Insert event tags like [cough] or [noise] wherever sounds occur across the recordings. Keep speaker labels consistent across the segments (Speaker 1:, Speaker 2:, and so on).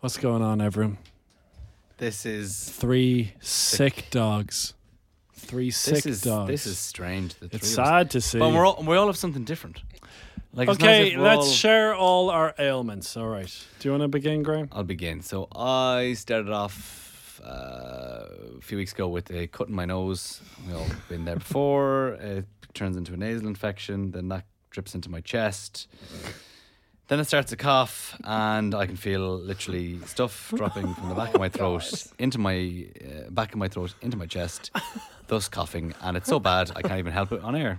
Speaker 1: What's going on, everyone?
Speaker 2: This is
Speaker 1: Three sick dogs. Three sick
Speaker 2: this is
Speaker 1: dogs.
Speaker 2: this is strange. The
Speaker 1: It's
Speaker 2: three of us.
Speaker 1: sad to see.
Speaker 2: But we're all we all have something different. Like it's not as
Speaker 1: okay,
Speaker 2: if we're
Speaker 1: let's
Speaker 2: all-
Speaker 1: share all our ailments. All right. Do you want to begin, Graham?
Speaker 2: I'll begin. So I started off uh, a few weeks ago with a cut in my nose. We all been there before. It turns into a nasal infection. Then that drips into my chest. Then it starts to cough, and I can feel literally stuff dropping from the back of my throat into my uh, back of my throat into my chest, thus coughing. And it's so bad I can't even help it on air.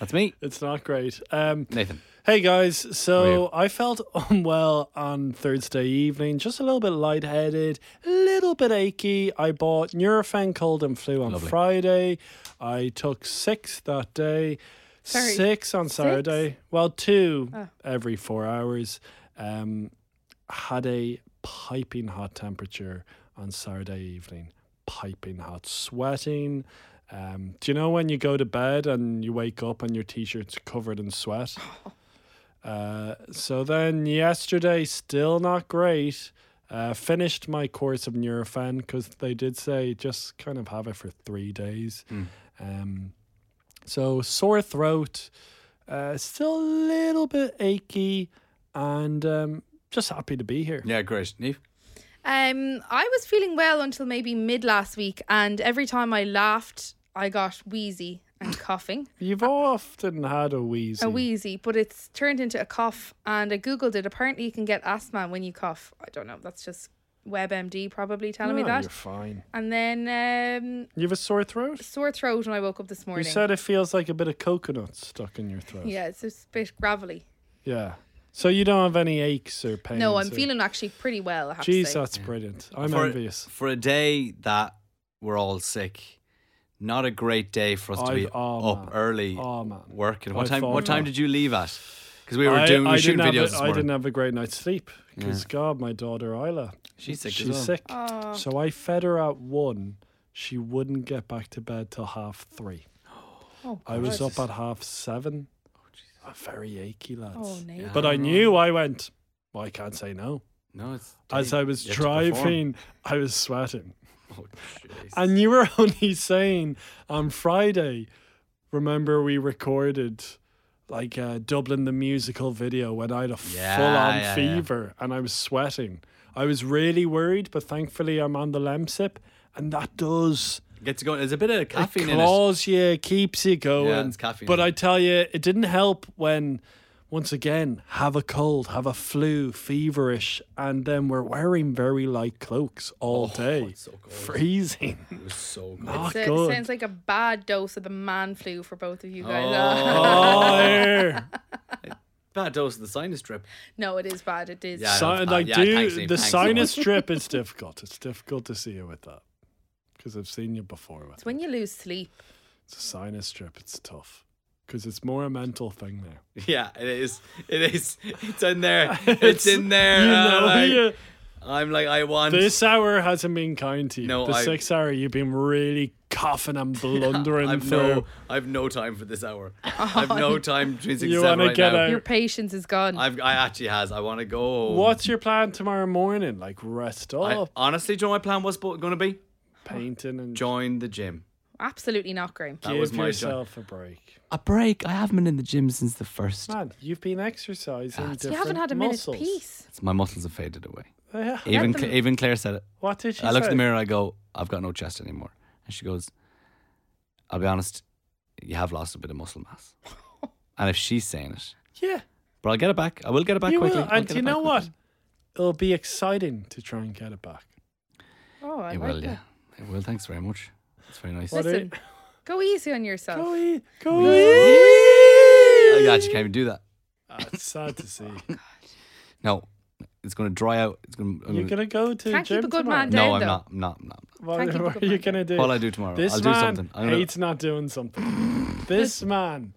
Speaker 2: That's me,
Speaker 1: It's not great. Um,
Speaker 2: Nathan.
Speaker 1: hey guys,
Speaker 2: How are
Speaker 1: so I felt [laughs] unwell on Thursday evening, just a little bit lightheaded, a little bit achy. I bought Nurofen cold and flu on
Speaker 2: Lovely.
Speaker 1: Friday. I took six that day,
Speaker 3: Sorry,
Speaker 1: six on Saturday. Well, two every four hours. Um, had a piping hot temperature on Saturday evening, piping hot, sweating. Um, do you know when you go to bed and you wake up and your t shirt's covered in sweat? Uh, so then yesterday, still not great. Uh, finished my course of Nurofen because they did say just kind of have it for three days. Um, so sore throat, uh, still a little bit achy, and um, just happy to be here.
Speaker 2: Yeah, great, Neve.
Speaker 3: Um, I was feeling well until maybe mid last week, and every time I laughed, I got wheezy
Speaker 1: [sighs]
Speaker 3: and coughing.
Speaker 1: You've often had a wheezy.
Speaker 3: A wheezy, but it's turned into a cough. And I googled it. Apparently, you can get asthma when you cough. I don't know. That's just WebMD probably telling me
Speaker 1: No,
Speaker 3: that.
Speaker 1: Ah, Oh, You're fine.
Speaker 3: And then um,
Speaker 1: You have a sore throat?
Speaker 3: sore throat when I woke up this
Speaker 1: You
Speaker 3: morning.
Speaker 1: said it feels like a bit of coconut stuck in your throat.
Speaker 3: yeah, it's just a bit gravelly.
Speaker 1: Yeah. So you don't have any aches or pains?
Speaker 3: No, I'm
Speaker 1: or-
Speaker 3: feeling actually pretty well. I have to
Speaker 1: Jeez,
Speaker 3: say.
Speaker 1: that's brilliant. I'm
Speaker 2: for,
Speaker 1: envious.
Speaker 2: For a day that we're all sick, not a great day for us to
Speaker 1: I've-
Speaker 2: be
Speaker 1: oh,
Speaker 2: up
Speaker 1: man.
Speaker 2: early
Speaker 1: Oh man.
Speaker 2: working. What
Speaker 1: I
Speaker 2: time?
Speaker 1: thought
Speaker 2: What time
Speaker 1: that.
Speaker 2: did you leave at? Because we were
Speaker 1: I,
Speaker 2: doing we
Speaker 1: I
Speaker 2: were shooting
Speaker 1: didn't
Speaker 2: videos
Speaker 1: have
Speaker 2: this
Speaker 1: a, I
Speaker 2: morning.
Speaker 1: didn't have a great night's sleep because God, my daughter Isla,
Speaker 2: She's sick. as
Speaker 1: she's
Speaker 2: well.
Speaker 1: sick.
Speaker 3: Oh.
Speaker 1: So I fed her at one. She wouldn't get back to bed till half three.
Speaker 3: Oh,
Speaker 1: I was
Speaker 3: God.
Speaker 1: up at half seven. I'm very achy, lads.
Speaker 3: Oh, Nathan.
Speaker 1: But I knew I went. Well, I can't say no.
Speaker 2: No, it's
Speaker 1: As
Speaker 2: day.
Speaker 1: I was
Speaker 2: You have to perform.
Speaker 1: driving, I was sweating.
Speaker 2: Oh, jeez.
Speaker 1: And you were [laughs] only saying on Friday, remember we recorded like uh, Dublin the musical video when I had a
Speaker 2: Yeah,
Speaker 1: full on
Speaker 2: yeah, yeah.
Speaker 1: fever and I was sweating. I was really worried, but thankfully I'm on the Lemsip and that does
Speaker 2: Get to go. There's a bit of caffeine
Speaker 1: it
Speaker 2: in it.
Speaker 1: claws you, keeps you going.
Speaker 2: it's caffeine.
Speaker 1: But I tell you, it didn't help when once again have a cold, have a flu, feverish, and then we're wearing very light cloaks all day,
Speaker 2: Oh, it's so cold.
Speaker 1: freezing.
Speaker 2: It was so good.
Speaker 1: Not
Speaker 3: So it
Speaker 1: good.
Speaker 3: sounds like a bad dose of the man flu for both of you guys.
Speaker 1: Oh,
Speaker 3: [laughs]
Speaker 1: here.
Speaker 2: Bad dose of the sinus drip. [laughs]
Speaker 3: no, it is bad. It is.
Speaker 2: Yeah, I
Speaker 1: Si-
Speaker 2: know it's bad.
Speaker 1: like,
Speaker 2: Yeah,
Speaker 1: do
Speaker 2: thanks, Ian.
Speaker 1: the
Speaker 2: Thanks,
Speaker 3: [laughs]
Speaker 1: sinus drip is difficult. It's difficult to see you with that because I've seen you before with
Speaker 3: It's when you lose sleep.
Speaker 1: it's a sinus drip. It's tough because it's more a mental thing now.
Speaker 2: Yeah, it is. It is. It's in there. [laughs] It's,
Speaker 1: [laughs] It's-
Speaker 2: in there.
Speaker 1: you
Speaker 2: And I'm
Speaker 1: know,
Speaker 2: like- [laughs]
Speaker 1: you-
Speaker 2: I'm like, I want.
Speaker 1: This hour hasn't been kind to you.
Speaker 2: No,
Speaker 1: the
Speaker 2: I-
Speaker 1: six hour you've been really coughing
Speaker 2: [laughs]
Speaker 1: and blundering.
Speaker 2: I've
Speaker 1: through.
Speaker 2: no, I've no time for
Speaker 1: [laughs]
Speaker 2: this hour. I've no time between six
Speaker 1: You
Speaker 2: and seven
Speaker 1: wanna
Speaker 2: right
Speaker 1: get
Speaker 2: now.
Speaker 1: out.
Speaker 3: Your patience is gone.
Speaker 2: I've, I actually has. I want to go. home.
Speaker 1: What's your plan tomorrow morning? Like rest
Speaker 2: I,
Speaker 1: up,
Speaker 2: honestly, do you know what my plan was going to be?
Speaker 1: painting, and
Speaker 2: Join the gym.
Speaker 3: Absolutely not, Graham.
Speaker 2: That
Speaker 1: give
Speaker 2: was my job.
Speaker 1: yourself a break.
Speaker 2: A break. I haven't been in the gym since the first.
Speaker 1: Man, you've been exercising.
Speaker 2: That's-
Speaker 3: You haven't had a minute's
Speaker 1: muscles.
Speaker 3: peace.
Speaker 2: It's- my muscles have faded away.
Speaker 1: Yeah.
Speaker 2: Even
Speaker 3: them-
Speaker 2: Cla- even Claire said it.
Speaker 1: What did she
Speaker 2: I look
Speaker 1: say?
Speaker 2: in the mirror. I go, I've got no chest anymore. And she goes, I'll be honest, you have lost a bit of muscle
Speaker 1: [laughs]
Speaker 2: mass. and if she's saying it,
Speaker 1: Yeah,
Speaker 2: but I'll get it back. I will get it back
Speaker 1: you
Speaker 2: quickly.
Speaker 1: will.
Speaker 2: I'll
Speaker 1: And
Speaker 2: get
Speaker 1: you
Speaker 2: it back
Speaker 1: know
Speaker 2: quickly.
Speaker 1: what? It'll be exciting to try and get it back.
Speaker 3: Oh, I
Speaker 2: It
Speaker 3: like
Speaker 2: will,
Speaker 3: that.
Speaker 2: yeah. It will. Thanks very much. That's very nice.
Speaker 1: What are
Speaker 3: Listen, go easy on yourself.
Speaker 1: Go e- eat, go eat.
Speaker 2: I actually Oh, can't even do that.
Speaker 1: Ah, it's sad to
Speaker 2: [laughs]
Speaker 1: see.
Speaker 2: No, it's going to dry out. It's going. to
Speaker 1: You're gonna go to
Speaker 3: Can't keep
Speaker 1: gym
Speaker 3: a good
Speaker 1: tomorrow.
Speaker 3: man
Speaker 2: No,
Speaker 3: down,
Speaker 2: I'm
Speaker 3: though.
Speaker 2: not. I'm not. I'm not.
Speaker 1: What,
Speaker 3: Thank you for
Speaker 1: what are
Speaker 3: good
Speaker 1: you
Speaker 3: man.
Speaker 1: gonna do?
Speaker 2: What I'll do tomorrow.
Speaker 1: This
Speaker 2: I'll do
Speaker 1: man
Speaker 2: something. I'm gonna,
Speaker 1: hates not doing something.
Speaker 2: [laughs]
Speaker 1: this man,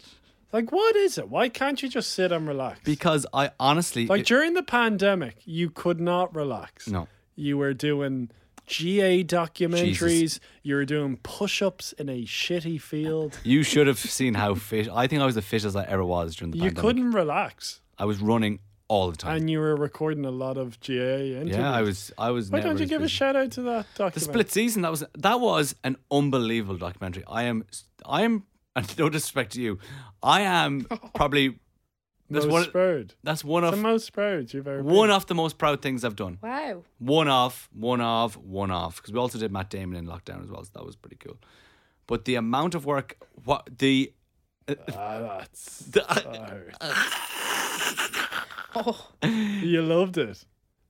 Speaker 1: like, what is it? Why can't you just sit and relax?
Speaker 2: because I honestly
Speaker 1: like
Speaker 2: it-
Speaker 1: during the pandemic, you could not relax.
Speaker 2: no.
Speaker 1: you were doing GA documentaries. You were doing push-ups in a shitty field.
Speaker 2: You should have seen how fit. I think I was the fittest I ever was during the
Speaker 1: You
Speaker 2: pandemic.
Speaker 1: couldn't relax.
Speaker 2: I was running all the time.
Speaker 1: And you were recording a lot of GA interviews.
Speaker 2: yeah, I was. I was.
Speaker 1: Why don't
Speaker 2: never
Speaker 1: you give a
Speaker 2: busy.
Speaker 1: shout out to that document?
Speaker 2: The split season that was that was an unbelievable documentary. I am I am [laughs] and no disrespect to you,
Speaker 1: [laughs]
Speaker 2: I am probably
Speaker 1: Most
Speaker 2: that's one
Speaker 1: proud.
Speaker 2: that's one
Speaker 1: The
Speaker 2: of
Speaker 1: most proud you've ever
Speaker 2: one
Speaker 1: been.
Speaker 2: of the most proud things I've done.
Speaker 3: Wow.
Speaker 2: One off, one off, one off. Because we also did Matt Damon in lockdown as well, so that was pretty cool. But the amount of work, what the,
Speaker 1: Ah, that's
Speaker 2: the
Speaker 1: hard.
Speaker 3: Oh,
Speaker 1: You loved it.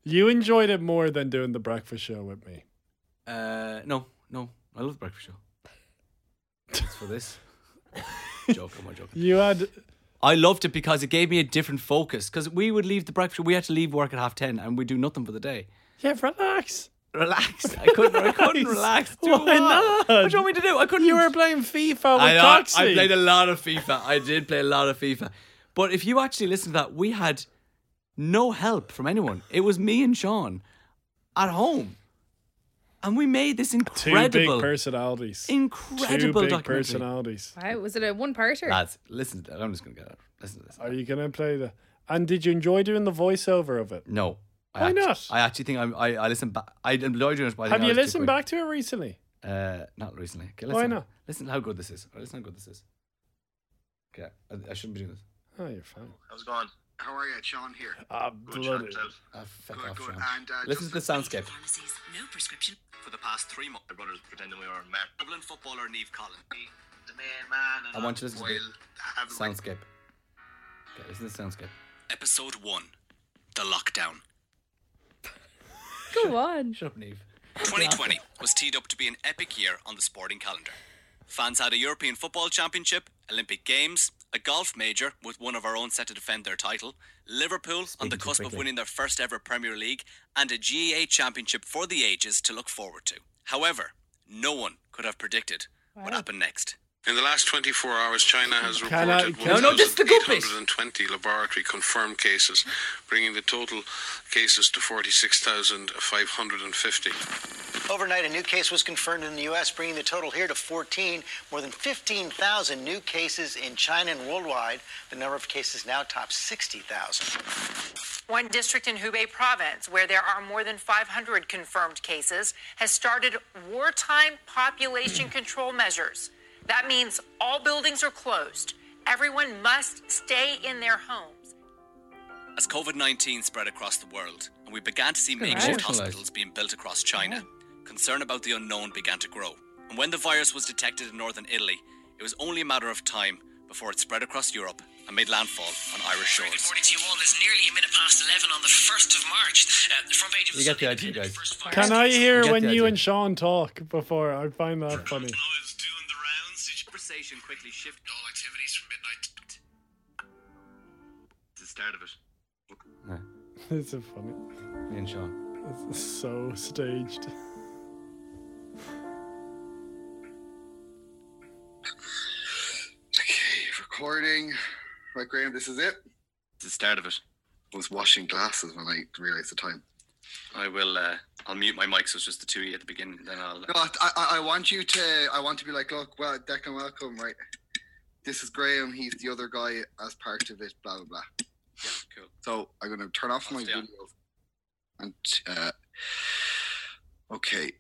Speaker 1: You enjoyed it more than doing the breakfast show with me.
Speaker 2: uh, no, no, I love the breakfast show. It's
Speaker 1: [laughs]
Speaker 2: for this. joke, I'm not joking.
Speaker 1: You had
Speaker 2: I loved it because it gave me a different focus. Because we would leave the breakfast, we had to leave work at half ten, and we do nothing for the day.
Speaker 1: yeah, relax.
Speaker 2: Relaxed. I couldn't. I couldn't relax. Do
Speaker 1: Why
Speaker 2: what?
Speaker 1: not?
Speaker 2: What do you want me to do? I couldn't.
Speaker 1: You were playing FIFA
Speaker 2: I,
Speaker 1: with
Speaker 2: know,
Speaker 1: Coxie.
Speaker 2: I played a lot of FIFA. I did play a lot of FIFA. But if you actually listen to that, we had no help from anyone. It was me and Sean at home, and we made this
Speaker 1: Two
Speaker 2: incredible,
Speaker 1: big personalities. Two
Speaker 2: incredible
Speaker 1: big
Speaker 2: documentary.
Speaker 1: personalities.
Speaker 3: wow. Was it a one parter?
Speaker 2: Lads, listen to that. I'm just gonna get out. Listen to this.
Speaker 1: Are you gonna play the? And did you enjoy doing the voiceover of it?
Speaker 2: No. I
Speaker 1: Why
Speaker 2: act-
Speaker 1: not?
Speaker 2: I actually think I'm, I I listen back. I enjoy doing it. But I think
Speaker 1: Have
Speaker 2: I
Speaker 1: you
Speaker 2: was too
Speaker 1: listened
Speaker 2: quick.
Speaker 1: back to it recently?
Speaker 2: Uh, not recently. Okay,
Speaker 1: Why
Speaker 2: listen.
Speaker 1: not?
Speaker 2: Listen how good this is. Or listen how good this is. Okay, I, I shouldn't be doing this.
Speaker 1: Oh, you're fine.
Speaker 4: How's it going? How are you? It's Sean here.
Speaker 1: Ah,
Speaker 4: Good,
Speaker 1: bloody.
Speaker 4: Sean.
Speaker 2: Ah, fuck
Speaker 4: Good,
Speaker 2: off,
Speaker 4: good.
Speaker 2: Sean.
Speaker 4: And, uh,
Speaker 2: listen
Speaker 4: just
Speaker 2: to the soundscape.
Speaker 5: Pharmacies, no prescription.
Speaker 4: For the past three months, my brother's pretending we were a man.
Speaker 2: Dublin footballer Neve Collins.
Speaker 4: The main man. And
Speaker 2: I want you to listen to
Speaker 4: Well, have a-
Speaker 2: Soundscape. Okay, listen to the soundscape. Episode 1 The Lockdown.
Speaker 3: Go on.
Speaker 2: Shut up, Neve. 2020 was teed up to be an epic year on the sporting calendar. Fans had a European Football Championship, Olympic Games, a golf major with one of our own set to defend their title, Liverpool on the too cusp of quickly.
Speaker 5: winning their first ever Premier League and a GAA championship for the ages to look forward to. However, no one could have predicted what happened next.
Speaker 6: In the last 24 hours, China has
Speaker 1: Can I-
Speaker 6: reported
Speaker 1: can- No, no,
Speaker 2: this is the good bit.
Speaker 6: 1,820 laboratory confirmed cases, bringing the total cases to 46,550.
Speaker 7: Overnight, a new case was confirmed in the U.S., bringing the total here to 14. More than 15,000 new cases in China and worldwide. The number of cases now tops 60,000.
Speaker 8: One district in Hubei province, where there are more than 500 confirmed cases, has started wartime population control measures. That means all buildings are closed. Everyone must stay in their homes.
Speaker 5: As COVID 19 spread across the world and we began to see
Speaker 2: Good
Speaker 5: makeshift
Speaker 2: emotionalised.
Speaker 5: hospitals being built across China, concern about the unknown began to grow. And when the virus was detected in northern Italy, it was only a matter of time before it spread across Europe and made landfall on Irish
Speaker 9: Good
Speaker 5: shores.
Speaker 9: morning to you all. It's nearly a minute past 11 on the 1st of March. Uh, the front page of
Speaker 2: You
Speaker 9: the
Speaker 2: get the
Speaker 9: Sunday
Speaker 2: idea,
Speaker 9: Independent
Speaker 2: guys.
Speaker 9: first
Speaker 1: Can
Speaker 9: virus-
Speaker 1: I hear
Speaker 2: Get
Speaker 1: when
Speaker 2: the
Speaker 1: you
Speaker 2: idea.
Speaker 1: and Sean talk before? I find that funny. [laughs]
Speaker 5: Conversation quickly shifted.
Speaker 9: All activities from midnight.
Speaker 4: It's the start of it.
Speaker 1: It's a funny.
Speaker 2: Me and Sean.
Speaker 1: It's so staged.
Speaker 4: Okay, recording. Right, Graham, this is it. It's the start of it. I was washing glasses when I realised the time.
Speaker 2: I will, uh, I'll mute my mic so it's just the two of you at the beginning, then I'll. uh,
Speaker 4: No, I, I, I want you to. I want to be like, look, well, Declan, welcome, right? This is Graham. He's the other guy as part of it. Blah blah blah.
Speaker 2: cool.
Speaker 4: So I'm gonna turn off my
Speaker 2: I'll stay
Speaker 4: video.
Speaker 2: on.
Speaker 4: And uh, okay,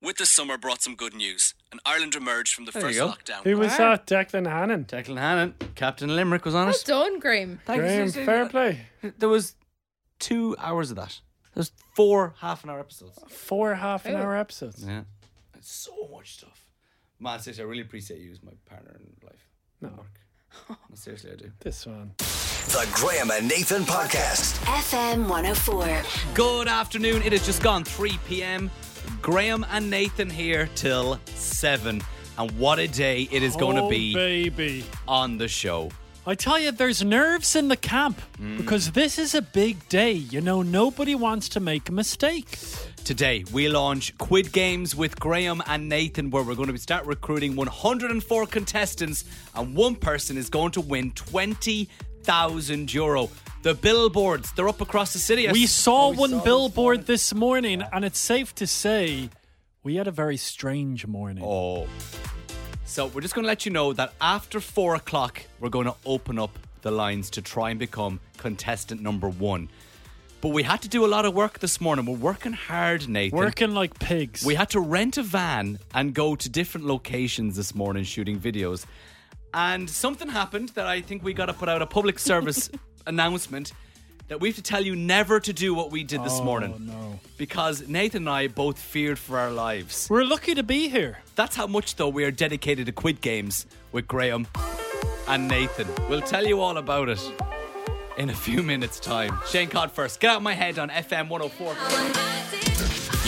Speaker 5: With the summer brought some good news, and Ireland emerged from the
Speaker 2: There you
Speaker 5: first
Speaker 2: go.
Speaker 5: lockdown.
Speaker 1: Who was
Speaker 3: Wow.
Speaker 1: that? Declan Hannon.
Speaker 2: Declan Hannon, Captain Limerick was on
Speaker 3: Well
Speaker 2: it.
Speaker 3: done, Graham.
Speaker 2: Thank you,
Speaker 1: Graham,
Speaker 2: seriously.
Speaker 1: fair play.
Speaker 2: There was two hours of that. There's four half an hour episodes.
Speaker 1: Four half an
Speaker 3: Ew.
Speaker 1: hour episodes.
Speaker 2: Yeah. It's so much stuff. Man, seriously, I really appreciate you as my partner in life. No. Work. No, seriously, I do.
Speaker 1: This one.
Speaker 10: The Graham and Nathan Podcast.
Speaker 11: FM 104.
Speaker 2: Good afternoon. It has just gone 3 p.m. Graham and Nathan here till 7. And what a day it is going to
Speaker 1: Oh,
Speaker 2: be
Speaker 1: baby.
Speaker 2: on the show.
Speaker 1: I tell you, there's nerves in the camp
Speaker 2: Mm.
Speaker 1: because this is a big day. You know, nobody wants to make a mistake.
Speaker 2: Today, we launch Quid Games with Graham and Nathan, where we're going to start recruiting 104 contestants, and one person is going to win 20,000 euro. The billboards, they're up across the city. I
Speaker 1: We
Speaker 2: s-
Speaker 1: saw one billboard this morning, and it's safe to say we had a very strange morning.
Speaker 2: Oh. So we're just going to let you know that after four o'clock, we're going to open up the lines to try and become contestant number one. But we had to do a lot of work this morning. We're working hard, Nathan.
Speaker 1: Working like pigs. Oh,
Speaker 2: We had to rent a van and go to different locations this morning shooting videos. And something happened that I think we got to put out a
Speaker 1: [laughs]
Speaker 2: public service announcement that we have to tell you never to do what we did this
Speaker 1: Oh,
Speaker 2: morning.
Speaker 1: no.
Speaker 2: Because Nathan and I both feared for our lives.
Speaker 1: We're lucky to be here.
Speaker 2: That's how much, though, we are dedicated to Quid Games with Graham and Nathan. We'll tell you all about it in a few minutes' time. Shane Cod first. Get out of my head on FM 104.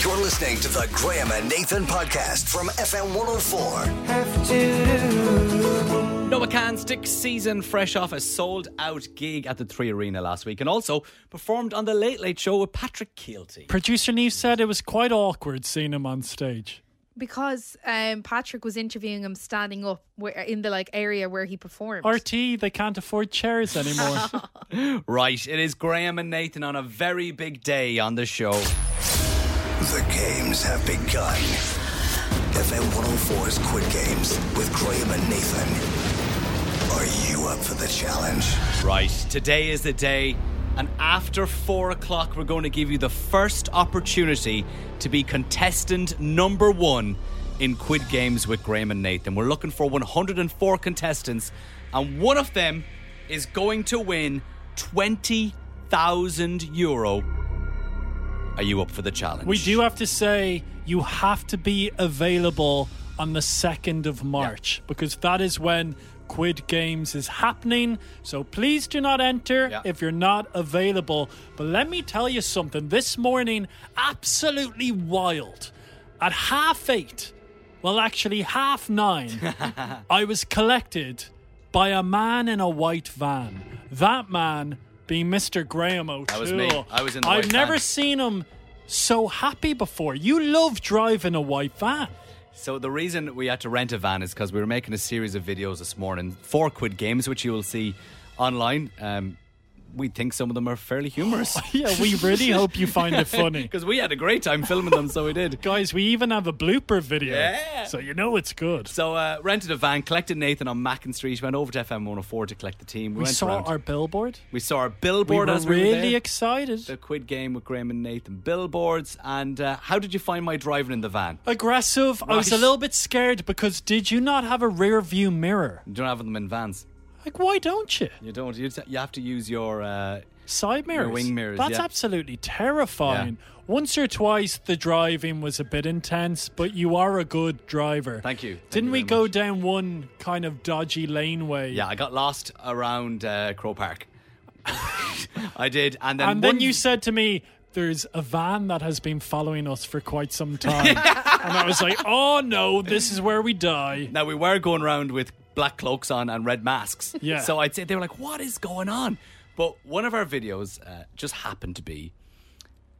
Speaker 10: You're listening to the Graham and Nathan podcast from FM 104.
Speaker 2: Noah Can, Stick Season, fresh off a sold out gig at the Three Arena last week and also performed on The Late Late Show with Patrick Keelty.
Speaker 1: Producer Neve said it was quite awkward seeing him on stage.
Speaker 3: Because um, Patrick was interviewing him standing up where, in the like area where he performed.
Speaker 1: RT, they can't afford chairs anymore.
Speaker 2: Right, it is Graham and Nathan on a very big day on the show.
Speaker 10: The games have begun. FM 104's Quid oh Games with Graham and Nathan. Are you up for the challenge?
Speaker 2: Right, today is the day, and after four o'clock, we're going to give you the first opportunity to be contestant number one in Quid Games with Graham and Nathan. We're looking for 104 contestants, and one of them is going to win 20,000 euro. Are you up for the challenge?
Speaker 1: we do have to say you have to be available on the 2nd of March because that is when Quid Games is happening. So please do not enter
Speaker 2: Yeah.
Speaker 1: if you're not available. But let me tell you something this morning, absolutely wild. At half eight, well, actually, half nine, I was collected by a man in a white van. That man being Mr. Graham O'Toole.
Speaker 2: was me. I was in the
Speaker 1: I've
Speaker 2: white
Speaker 1: never
Speaker 2: van.
Speaker 1: seen him so happy before. You love driving a white van.
Speaker 2: So the reason we had to rent a van is because we were making a series of videos this morning for Quid Games, which you will see online. Um, we think some of them are fairly humorous.
Speaker 1: [laughs] Yeah, we
Speaker 2: [laughs]
Speaker 1: really hope you find it funny.
Speaker 2: Because we had a great time filming them, so we did.
Speaker 1: Guys, we even have a blooper video.
Speaker 2: Yeah.
Speaker 1: So you know it's good.
Speaker 2: So uh, rented a van, collected Nathan on Mackin Street, went over to FM 104 to collect the team.
Speaker 1: we
Speaker 2: went
Speaker 1: saw
Speaker 2: around.
Speaker 1: our billboard.
Speaker 2: we saw our
Speaker 1: We
Speaker 2: billboard
Speaker 1: were
Speaker 2: as we were
Speaker 1: really
Speaker 2: there. the
Speaker 1: excited.
Speaker 2: Quid Game with Graham and Nathan billboards. And uh, how did you find my driving in the van?
Speaker 1: Aggressive. I was a
Speaker 2: Right.
Speaker 1: little bit scared because did you not have a rear view mirror?
Speaker 2: You don't have them in vans.
Speaker 1: Like, why don't you?
Speaker 2: You don't. You, you have to use your. Uh,
Speaker 1: Side mirrors.
Speaker 2: wing mirrors,
Speaker 1: That's
Speaker 2: yeah.
Speaker 1: absolutely terrifying. Once or twice the driving was a bit intense, but you are a good driver.
Speaker 2: Thank you. Thank
Speaker 1: Didn't
Speaker 2: you
Speaker 1: we
Speaker 2: very
Speaker 1: go
Speaker 2: much.
Speaker 1: down one kind of dodgy laneway?
Speaker 2: yeah, I got lost around uh, Crow Park. [laughs] I did, and then
Speaker 1: And, then
Speaker 2: one-
Speaker 1: you said to me, there's a van that has been following us for quite
Speaker 2: [laughs]
Speaker 1: some time. and I was like, oh no, this is where we
Speaker 2: [laughs]
Speaker 1: die.
Speaker 2: Now we were going around with black cloaks on and red masks.
Speaker 1: Yeah.
Speaker 2: So I'd say they were like, "What is going on?" But one of our videos uh, just happened to be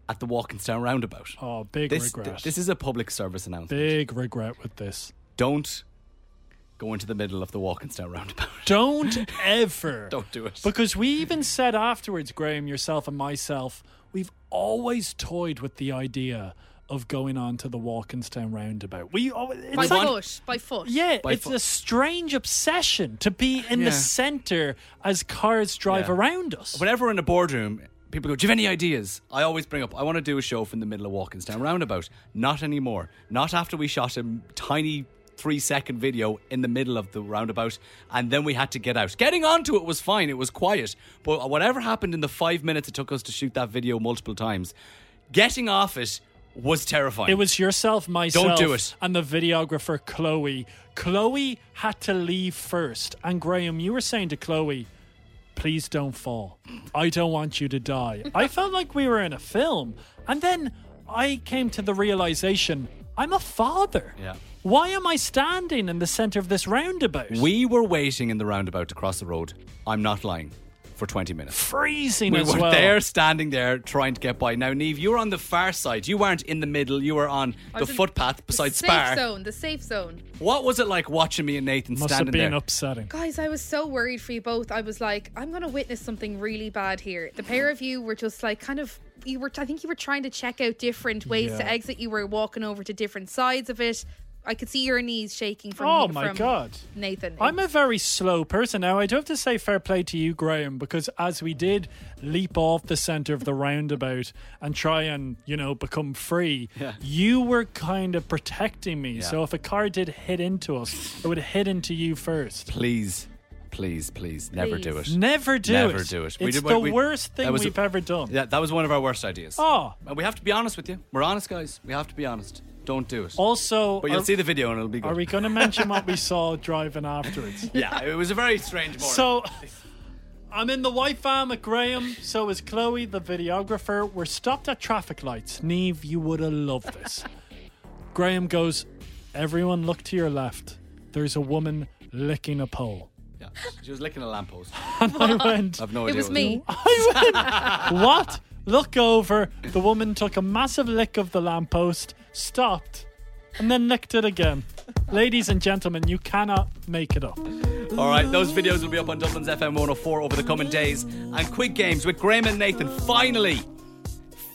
Speaker 2: at the Walkinstown roundabout.
Speaker 1: Oh, big
Speaker 2: this,
Speaker 1: regret.
Speaker 2: th- this is a public service announcement.
Speaker 1: big regret with this.
Speaker 2: Don't go into the middle of the Walkinstown roundabout.
Speaker 1: Don't ever.
Speaker 2: [laughs] Don't do it.
Speaker 1: Because we even said afterwards, Graham, yourself, and myself, we've always toyed with the idea of going on to the Walkinstown roundabout. We always.
Speaker 3: by
Speaker 1: It's like,
Speaker 3: foot. By foot.
Speaker 1: yeah,
Speaker 2: By
Speaker 1: it's
Speaker 2: foot.
Speaker 1: a strange obsession to be in
Speaker 2: Yeah.
Speaker 1: the center as cars drive
Speaker 2: Yeah.
Speaker 1: around us.
Speaker 2: Whenever we're in a boardroom, people go, "Do you have any ideas?" I always bring up, "I want to do a show from the middle of Walkinstown roundabout." Not anymore. Not after we shot a tiny three-second video in the middle of the roundabout, and then we had to get out. Getting onto it was fine; it was quiet. But whatever happened in the five minutes it took us to shoot that video multiple times, getting off it was terrifying.
Speaker 1: It was yourself, myself,
Speaker 2: do it.
Speaker 1: and the videographer Chloe. Chloe had to leave first, and Graham, you were saying to Chloe, "Please don't fall. I don't want you to die." I felt like we were in a film, and then I came to the realization: I'm a father.
Speaker 2: Yeah.
Speaker 1: Why am I standing in the center of this roundabout?
Speaker 2: We were waiting in the roundabout to cross the road. I'm not lying. For 20 minutes.
Speaker 1: freezing
Speaker 2: We
Speaker 1: as
Speaker 2: were
Speaker 1: well.
Speaker 2: there, standing there, trying to get by. Now, Neve, you were on the far side. You weren't in the middle. You were on
Speaker 3: I
Speaker 2: the
Speaker 3: was in
Speaker 2: footpath
Speaker 3: The
Speaker 2: beside
Speaker 3: safe
Speaker 2: Spar.
Speaker 3: zone. The safe zone.
Speaker 2: What was it like watching me and Nathan
Speaker 1: Must have
Speaker 2: standing
Speaker 1: been
Speaker 2: there?
Speaker 1: upsetting.
Speaker 3: Guys, I was so worried for you both. I was like, I'm going to witness something really bad here. The pair of you were just like kind of you were I think you were trying to check out different ways to
Speaker 1: Yeah.
Speaker 3: exit. You were walking over to different sides of it. I could see your knees shaking from.
Speaker 1: Oh
Speaker 3: you-
Speaker 1: my
Speaker 3: from
Speaker 1: God.
Speaker 3: Nathan.
Speaker 1: I'm a very slow person. Now, I do have to say fair play to you, Graham, because as we did leap off the center of the roundabout and try and, you know, become free,
Speaker 2: Yeah.
Speaker 1: you were kind of protecting me. So if a car did hit into us, it would hit into you first.
Speaker 2: Please, please, please, never do it.
Speaker 1: Never do it.
Speaker 2: Never do it.
Speaker 1: It's
Speaker 2: did-
Speaker 1: the worst thing
Speaker 2: that was-
Speaker 1: we've ever done.
Speaker 2: Yeah, that was one of our worst ideas.
Speaker 1: Oh.
Speaker 2: And we have to be honest with you. We're honest, guys. We have to be honest. Don't do it.
Speaker 1: Also,
Speaker 2: But you'll
Speaker 1: Oh, are-
Speaker 2: see the video and it'll be good.
Speaker 1: Are we going to mention what we saw driving afterwards?
Speaker 2: yeah, it was a very strange
Speaker 1: [laughs]
Speaker 2: morning.
Speaker 1: So I'm in the white van with Graham. So is Chloe, the videographer. We're stopped at traffic lights. Neve, you would have loved this. Graham goes, Everyone look to your left. There's a woman licking a pole. [laughs]
Speaker 2: yeah, she was licking a lamppost.
Speaker 1: And I went,
Speaker 2: I've no
Speaker 3: It
Speaker 2: idea.
Speaker 3: was
Speaker 2: what
Speaker 3: me.
Speaker 1: I went, What? Look over. The woman took a massive lick of the lamppost, stopped, and then licked it again. Ladies and gentlemen, you cannot make it up.
Speaker 2: All right, those videos will be up on Dublin's FM 104 over the coming days. And Quick Games with Graham and Nathan finally,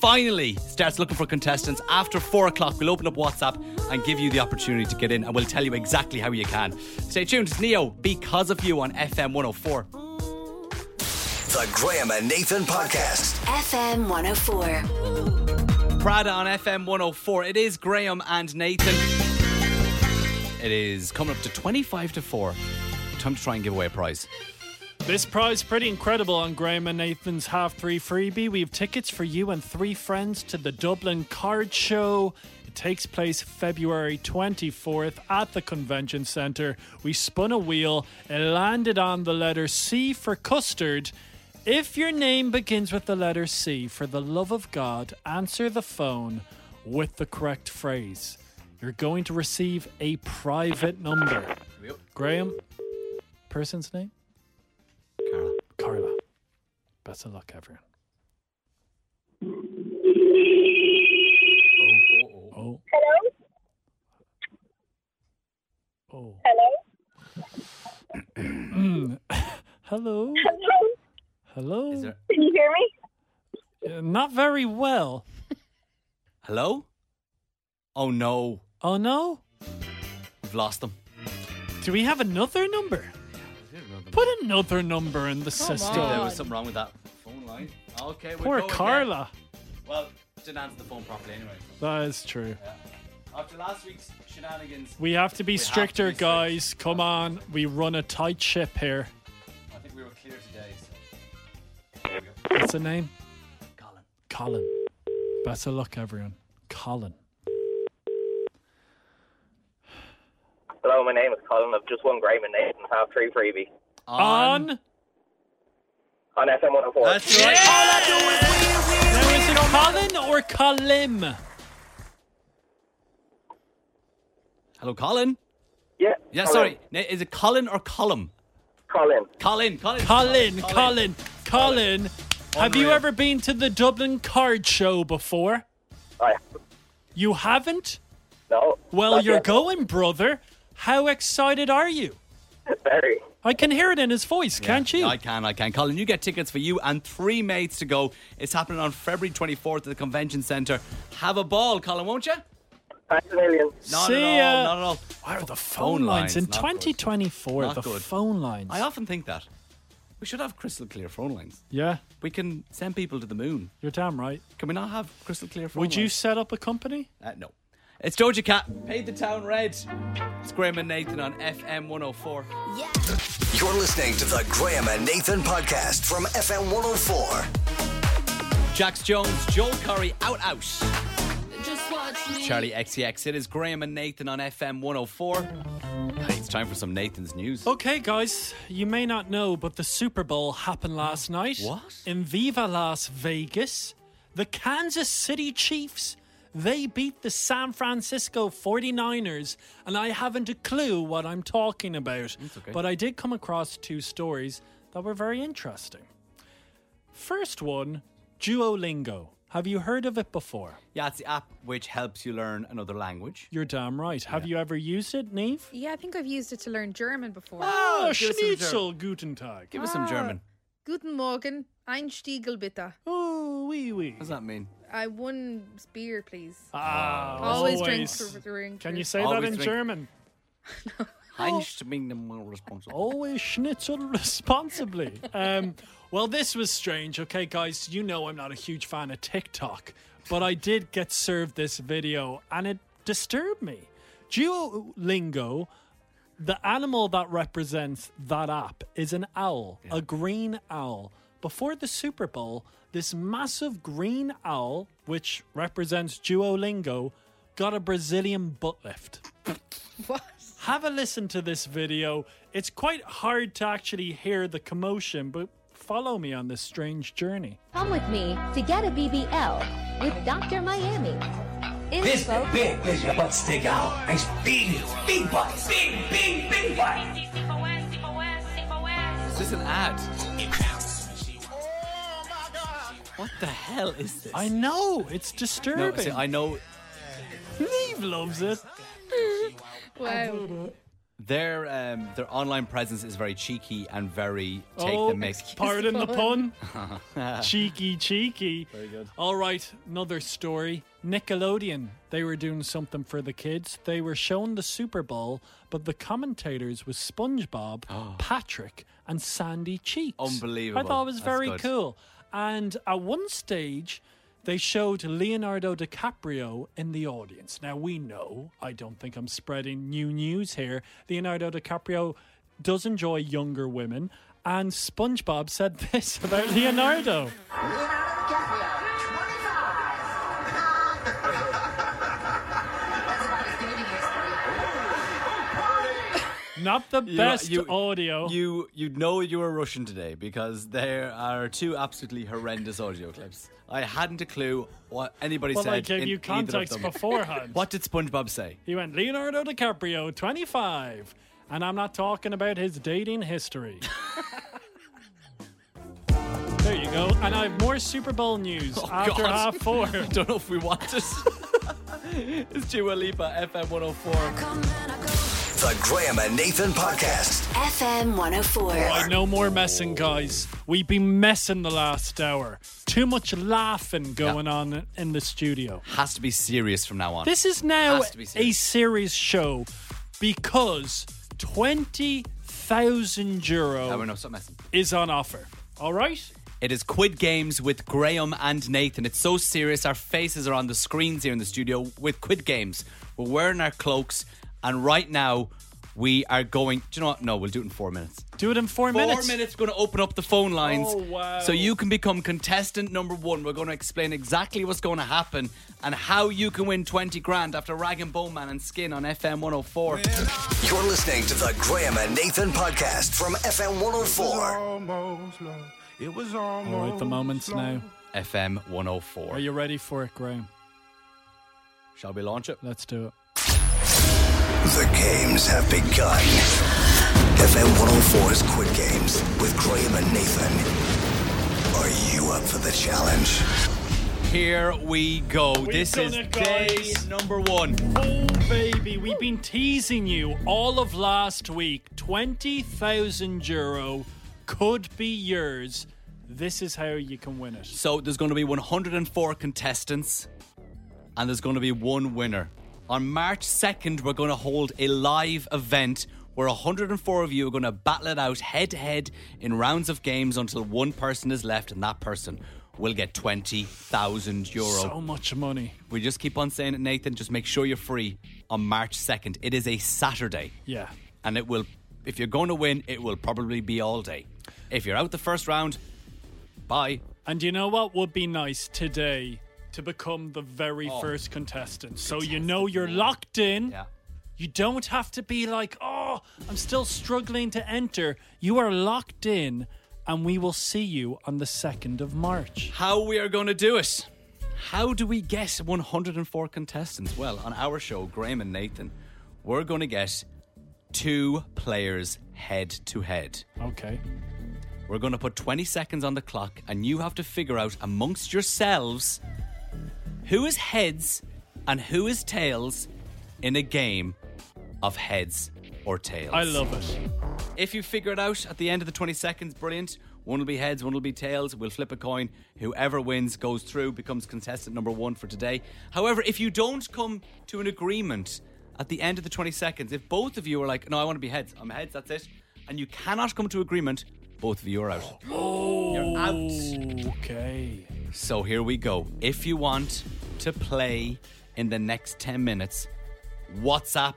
Speaker 2: finally starts looking for contestants. After four o'clock, we'll open up WhatsApp and give you the opportunity to get in, and we'll tell you exactly how you can. Stay tuned. It's Neo, because of you on FM 104.
Speaker 10: The Graham and Nathan Podcast.
Speaker 11: FM 104.
Speaker 2: Prada on FM 104. It is Graham and Nathan. It is coming up to 25 to 4. Time to try and give away a prize.
Speaker 1: This prize pretty incredible on Graham and Nathan's half three freebie. We have tickets for you and three friends to the Dublin Card Show. It takes place February 24th at the Convention Centre. We spun a wheel, it landed on the letter C for custard. If your name begins with the letter C, for the love of God, answer the phone with the correct phrase. You're going to receive a private number. Graham, person's name?
Speaker 2: Carla.
Speaker 1: Carla. Best of luck, everyone. Oh,
Speaker 12: Hello?
Speaker 1: oh.
Speaker 12: Hello?
Speaker 1: Mm. [clears throat] Hello?
Speaker 12: Hello?
Speaker 1: Hello?
Speaker 2: Is there,
Speaker 12: Can you hear me?
Speaker 1: Uh, not very well.
Speaker 2: hello? Oh no,
Speaker 1: Oh, no?
Speaker 2: we've lost them.
Speaker 1: Do we have another number? Put another number in the system.
Speaker 2: There was something wrong with that phone line. Okay, we'll
Speaker 1: Poor
Speaker 2: go again.
Speaker 1: Carla.
Speaker 2: Well, didn't answer the phone properly anyway.
Speaker 1: That is true.
Speaker 2: After last week's shenanigans,
Speaker 1: We have to be
Speaker 2: We have to
Speaker 1: stricter,
Speaker 2: be strict.
Speaker 1: guys. Come on. We run a tight ship here.
Speaker 2: I think we were clear today. So.
Speaker 1: What's the name?
Speaker 2: Colin.
Speaker 1: Colin. Best of luck, everyone. Colin.
Speaker 13: Hello, my name is Colin. I've just won Graham and Nathan half three freebie
Speaker 1: On.
Speaker 13: on FM 104.
Speaker 2: That's right.
Speaker 1: Now, is it Colin or Colim?
Speaker 2: Hello, Colin.
Speaker 13: Yeah.
Speaker 2: Yeah,
Speaker 13: Colin.
Speaker 2: sorry. Na- Is it Colin or Colum?
Speaker 13: Colin.
Speaker 2: Colin. Colin.
Speaker 1: Colin, Colin, Colin. Have you
Speaker 2: Unreal.
Speaker 1: ever been to the Dublin Card Show before?
Speaker 13: I
Speaker 1: You haven't?
Speaker 13: no.
Speaker 1: Well,
Speaker 13: not
Speaker 1: you're
Speaker 13: yet.
Speaker 1: going, brother. How excited are you?
Speaker 13: Very.
Speaker 1: I can hear it in his voice, can't you?
Speaker 2: I can, I can. Colin, you get tickets for you and three mates to go. It's happening on February 24th at the Convention Centre. Have a ball, Colin, won't you?
Speaker 13: Thanks a million.
Speaker 2: Not
Speaker 1: See
Speaker 2: at
Speaker 1: ya.
Speaker 2: all. Not at all.
Speaker 1: Why are the
Speaker 2: phone
Speaker 1: phone lines
Speaker 2: lines
Speaker 1: in
Speaker 2: not good?
Speaker 1: 2024?
Speaker 2: Not
Speaker 1: The
Speaker 2: good.
Speaker 1: phone lines.
Speaker 2: I often think that. We should have crystal clear phone lines.
Speaker 1: yeah,
Speaker 2: We can send people to the moon.
Speaker 1: you're damn right.
Speaker 2: Can we not have crystal clear phone
Speaker 1: Would
Speaker 2: lines?
Speaker 1: you set up a company?
Speaker 2: Uh, no. It's Doja Cat. Paid the town red. It's Graham and Nathan on FM 104.
Speaker 10: You're listening to the Graham and Nathan Podcast from FM 104.
Speaker 2: Jax Jones, Joel Curry, out out.
Speaker 11: Just watch me.
Speaker 2: Charlie XCX. It is Graham and Nathan on FM 104. Hey, it's time for some Nathan's news.
Speaker 1: Okay, guys, you may not know, but the Super Bowl happened last night.
Speaker 2: What?
Speaker 1: In Viva Las Vegas, the Kansas City Chiefs, they beat the San Francisco 49ers, and I haven't a clue what I'm talking about.
Speaker 2: okay.
Speaker 1: But I did come across two stories that were very interesting. First one, Duolingo. Have you heard of it before?
Speaker 2: Yeah, it's the app which helps you learn another language.
Speaker 1: You're damn right. Have you ever used it, Neve?
Speaker 3: Yeah, I think I've used it to learn German before.
Speaker 1: Oh,
Speaker 2: give us some
Speaker 1: Schnitzel, guten Tag.
Speaker 2: Give us some
Speaker 3: Ah.
Speaker 2: German.
Speaker 3: Guten Morgen, ein Stiegel bitte.
Speaker 1: Oh, wee wee.
Speaker 2: What does that mean?
Speaker 3: I one beer, please.
Speaker 1: Ah,
Speaker 3: always,
Speaker 1: always.
Speaker 3: drinks for drink.
Speaker 1: Can you say that
Speaker 2: Always
Speaker 1: in
Speaker 2: drink-
Speaker 1: German?
Speaker 11: Oh.
Speaker 2: Oh.
Speaker 1: Always schnitzel [laughs] responsibly. um, well, this was strange. Okay, guys, you know I'm not a huge fan of TikTok, but I did get served this video and it disturbed me. Duolingo, the animal that represents that app, is an owl, a green owl. Before the Super Bowl, this massive green owl, which represents Duolingo, got a Brazilian butt lift. Have a listen to this video. It's quite hard to actually hear the commotion, but follow me on this strange journey.
Speaker 12: Come with me to get a BBL with Dr. Miami.
Speaker 10: This
Speaker 12: Info
Speaker 10: big, this your butt stick out. Nice big, big butt, big, big, big butt.
Speaker 2: Is this an ad? What the hell is this?
Speaker 1: I know, it's
Speaker 2: No,
Speaker 1: disturbing.
Speaker 2: see, I know
Speaker 1: Neve loves it.
Speaker 3: wow.
Speaker 2: their um, their online presence is very cheeky and very take
Speaker 1: Oh,
Speaker 2: the mic.
Speaker 1: pardon the pun.
Speaker 2: [laughs] Cheek.
Speaker 1: cheeky, cheeky.
Speaker 2: Very good.
Speaker 1: All right, another story. Nickelodeon, they were doing something for the kids. They were shown the Super Bowl, but the commentators was SpongeBob,
Speaker 2: [gasps]
Speaker 1: Patrick, and Sandy Cheeks.
Speaker 2: Unbelievable.
Speaker 1: I thought it was
Speaker 2: That's
Speaker 1: very
Speaker 2: good.
Speaker 1: cool. And at one stage, they showed Leonardo DiCaprio in the audience. Now, we know, I don't think I'm spreading new news here. Leonardo DiCaprio does enjoy younger women. And SpongeBob said [laughs] this about Leonardo. Not the
Speaker 2: You-
Speaker 1: best
Speaker 2: you-
Speaker 1: audio.
Speaker 2: You you know you were Russian today because there are two absolutely horrendous audio clips. I hadn't a clue what anybody
Speaker 1: Well, I
Speaker 2: said.
Speaker 1: gave
Speaker 2: in
Speaker 1: you
Speaker 2: either of
Speaker 1: context
Speaker 2: them.
Speaker 1: beforehand.
Speaker 2: [laughs] What did SpongeBob say? [laughs]
Speaker 1: He went Leonardo DiCaprio, 25. And I'm not talking about his dating history. [laughs] there you go. And I have more Super Bowl news after
Speaker 2: Oh, God.
Speaker 1: half
Speaker 2: [laughs]
Speaker 1: four.
Speaker 2: I don't know if we want it. [laughs] it's Dua Lipa, FM 104.
Speaker 10: The Graham and Nathan Podcast.
Speaker 11: FM 104.
Speaker 1: Right, no more messing, guys. We've been messing the last hour. Too much laughing going on in the studio.
Speaker 2: Has to be serious from now on.
Speaker 1: This is now
Speaker 2: Has to be
Speaker 1: a
Speaker 2: serious.
Speaker 1: serious show because 20,000 euro
Speaker 2: No, we're not stop messing.
Speaker 1: is on offer. All right?
Speaker 2: It is Quid Games with Graham and Nathan. It's so serious. Our faces are on the screens here in the studio with Quid Games. We're wearing our cloaks, and right now we are going. Do you know what? No, we'll do it in four minutes.
Speaker 1: Do it in four,
Speaker 2: Four
Speaker 1: minutes.
Speaker 2: minutes. We're going to open up the phone lines.
Speaker 1: Oh, wow.
Speaker 2: So you can become contestant number one. We're going to explain exactly what's going to happen and how you can win 20 grand after Rag and Bowman and Skin on FM 104.
Speaker 10: You're listening to the Graham and Nathan Podcast from FM 104.
Speaker 14: It was
Speaker 1: All right, the moment's now.
Speaker 2: FM
Speaker 1: Are
Speaker 2: 104.
Speaker 1: you ready for it, Graham?
Speaker 2: Shall we launch it?
Speaker 1: Let's do it.
Speaker 10: The games have begun. FM 104's Quid oh Games with Graham and Nathan. Are you up for the challenge?
Speaker 2: Here we go.
Speaker 1: We've
Speaker 2: this
Speaker 1: done
Speaker 2: is
Speaker 1: it,
Speaker 2: day
Speaker 1: guys.
Speaker 2: number one.
Speaker 1: Oh, baby, we've been teasing you all of last week. 20,000 euro could be yours. This is how you can win it.
Speaker 2: So there's going to be 104 contestants, and there's going to be one winner. On March 2nd, we're going to hold a live event where 104 of you are going to battle it out head to head in rounds of games until one person is left, and that person will get 20,000 euro.
Speaker 1: So much money.
Speaker 2: we just keep on saying it, Nathan. Just make sure you're free on March 2nd. It is a Saturday,
Speaker 1: Yeah.
Speaker 2: and it will, if you're going to win, it will probably be all day. If you're out the first round, bye.
Speaker 1: And you know what would be nice today? To become the very
Speaker 2: Oh.
Speaker 1: first contestant. So you know you're locked in.
Speaker 2: Yeah.
Speaker 1: You don't have to be like, oh, I'm still struggling to enter. You are locked in, and we will see you on the 2nd of March.
Speaker 2: how we are going to do it. How do we guess 104 contestants? Well, on our show, Graham and Nathan, we're going to get two players head to head.
Speaker 1: Okay.
Speaker 2: We're going to put 20 seconds on the clock, and you have to figure out amongst yourselves who is heads and who is tails in a game of heads or tails.
Speaker 1: I love it.
Speaker 2: If you figure it out at the end of the 20 seconds, brilliant. One will be heads, one will be tails. We'll flip a coin. Whoever wins goes through, becomes contestant number one for today. However, if you don't come to an agreement at the end of the 20 seconds, if both of you are like, no, I want to be heads, I'm heads, that's it, and you cannot come to agreement, both of you are out. You're out.
Speaker 1: Okay.
Speaker 2: So here we go. If you want to play in the next 10 minutes, WhatsApp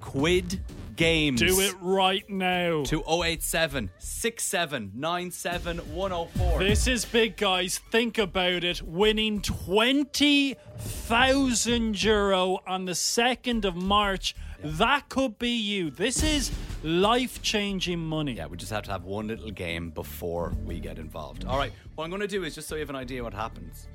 Speaker 2: Quid Games.
Speaker 1: Do it right now.
Speaker 2: To 087 6797 104.
Speaker 1: This is big, guys. Think about it. Winning 20,000 euro on the 2nd of March. That could be you. This is life changing money.
Speaker 2: Yeah, we just have to have one little game before we get involved. All right, what I'm going to do is just so you have an idea what happens.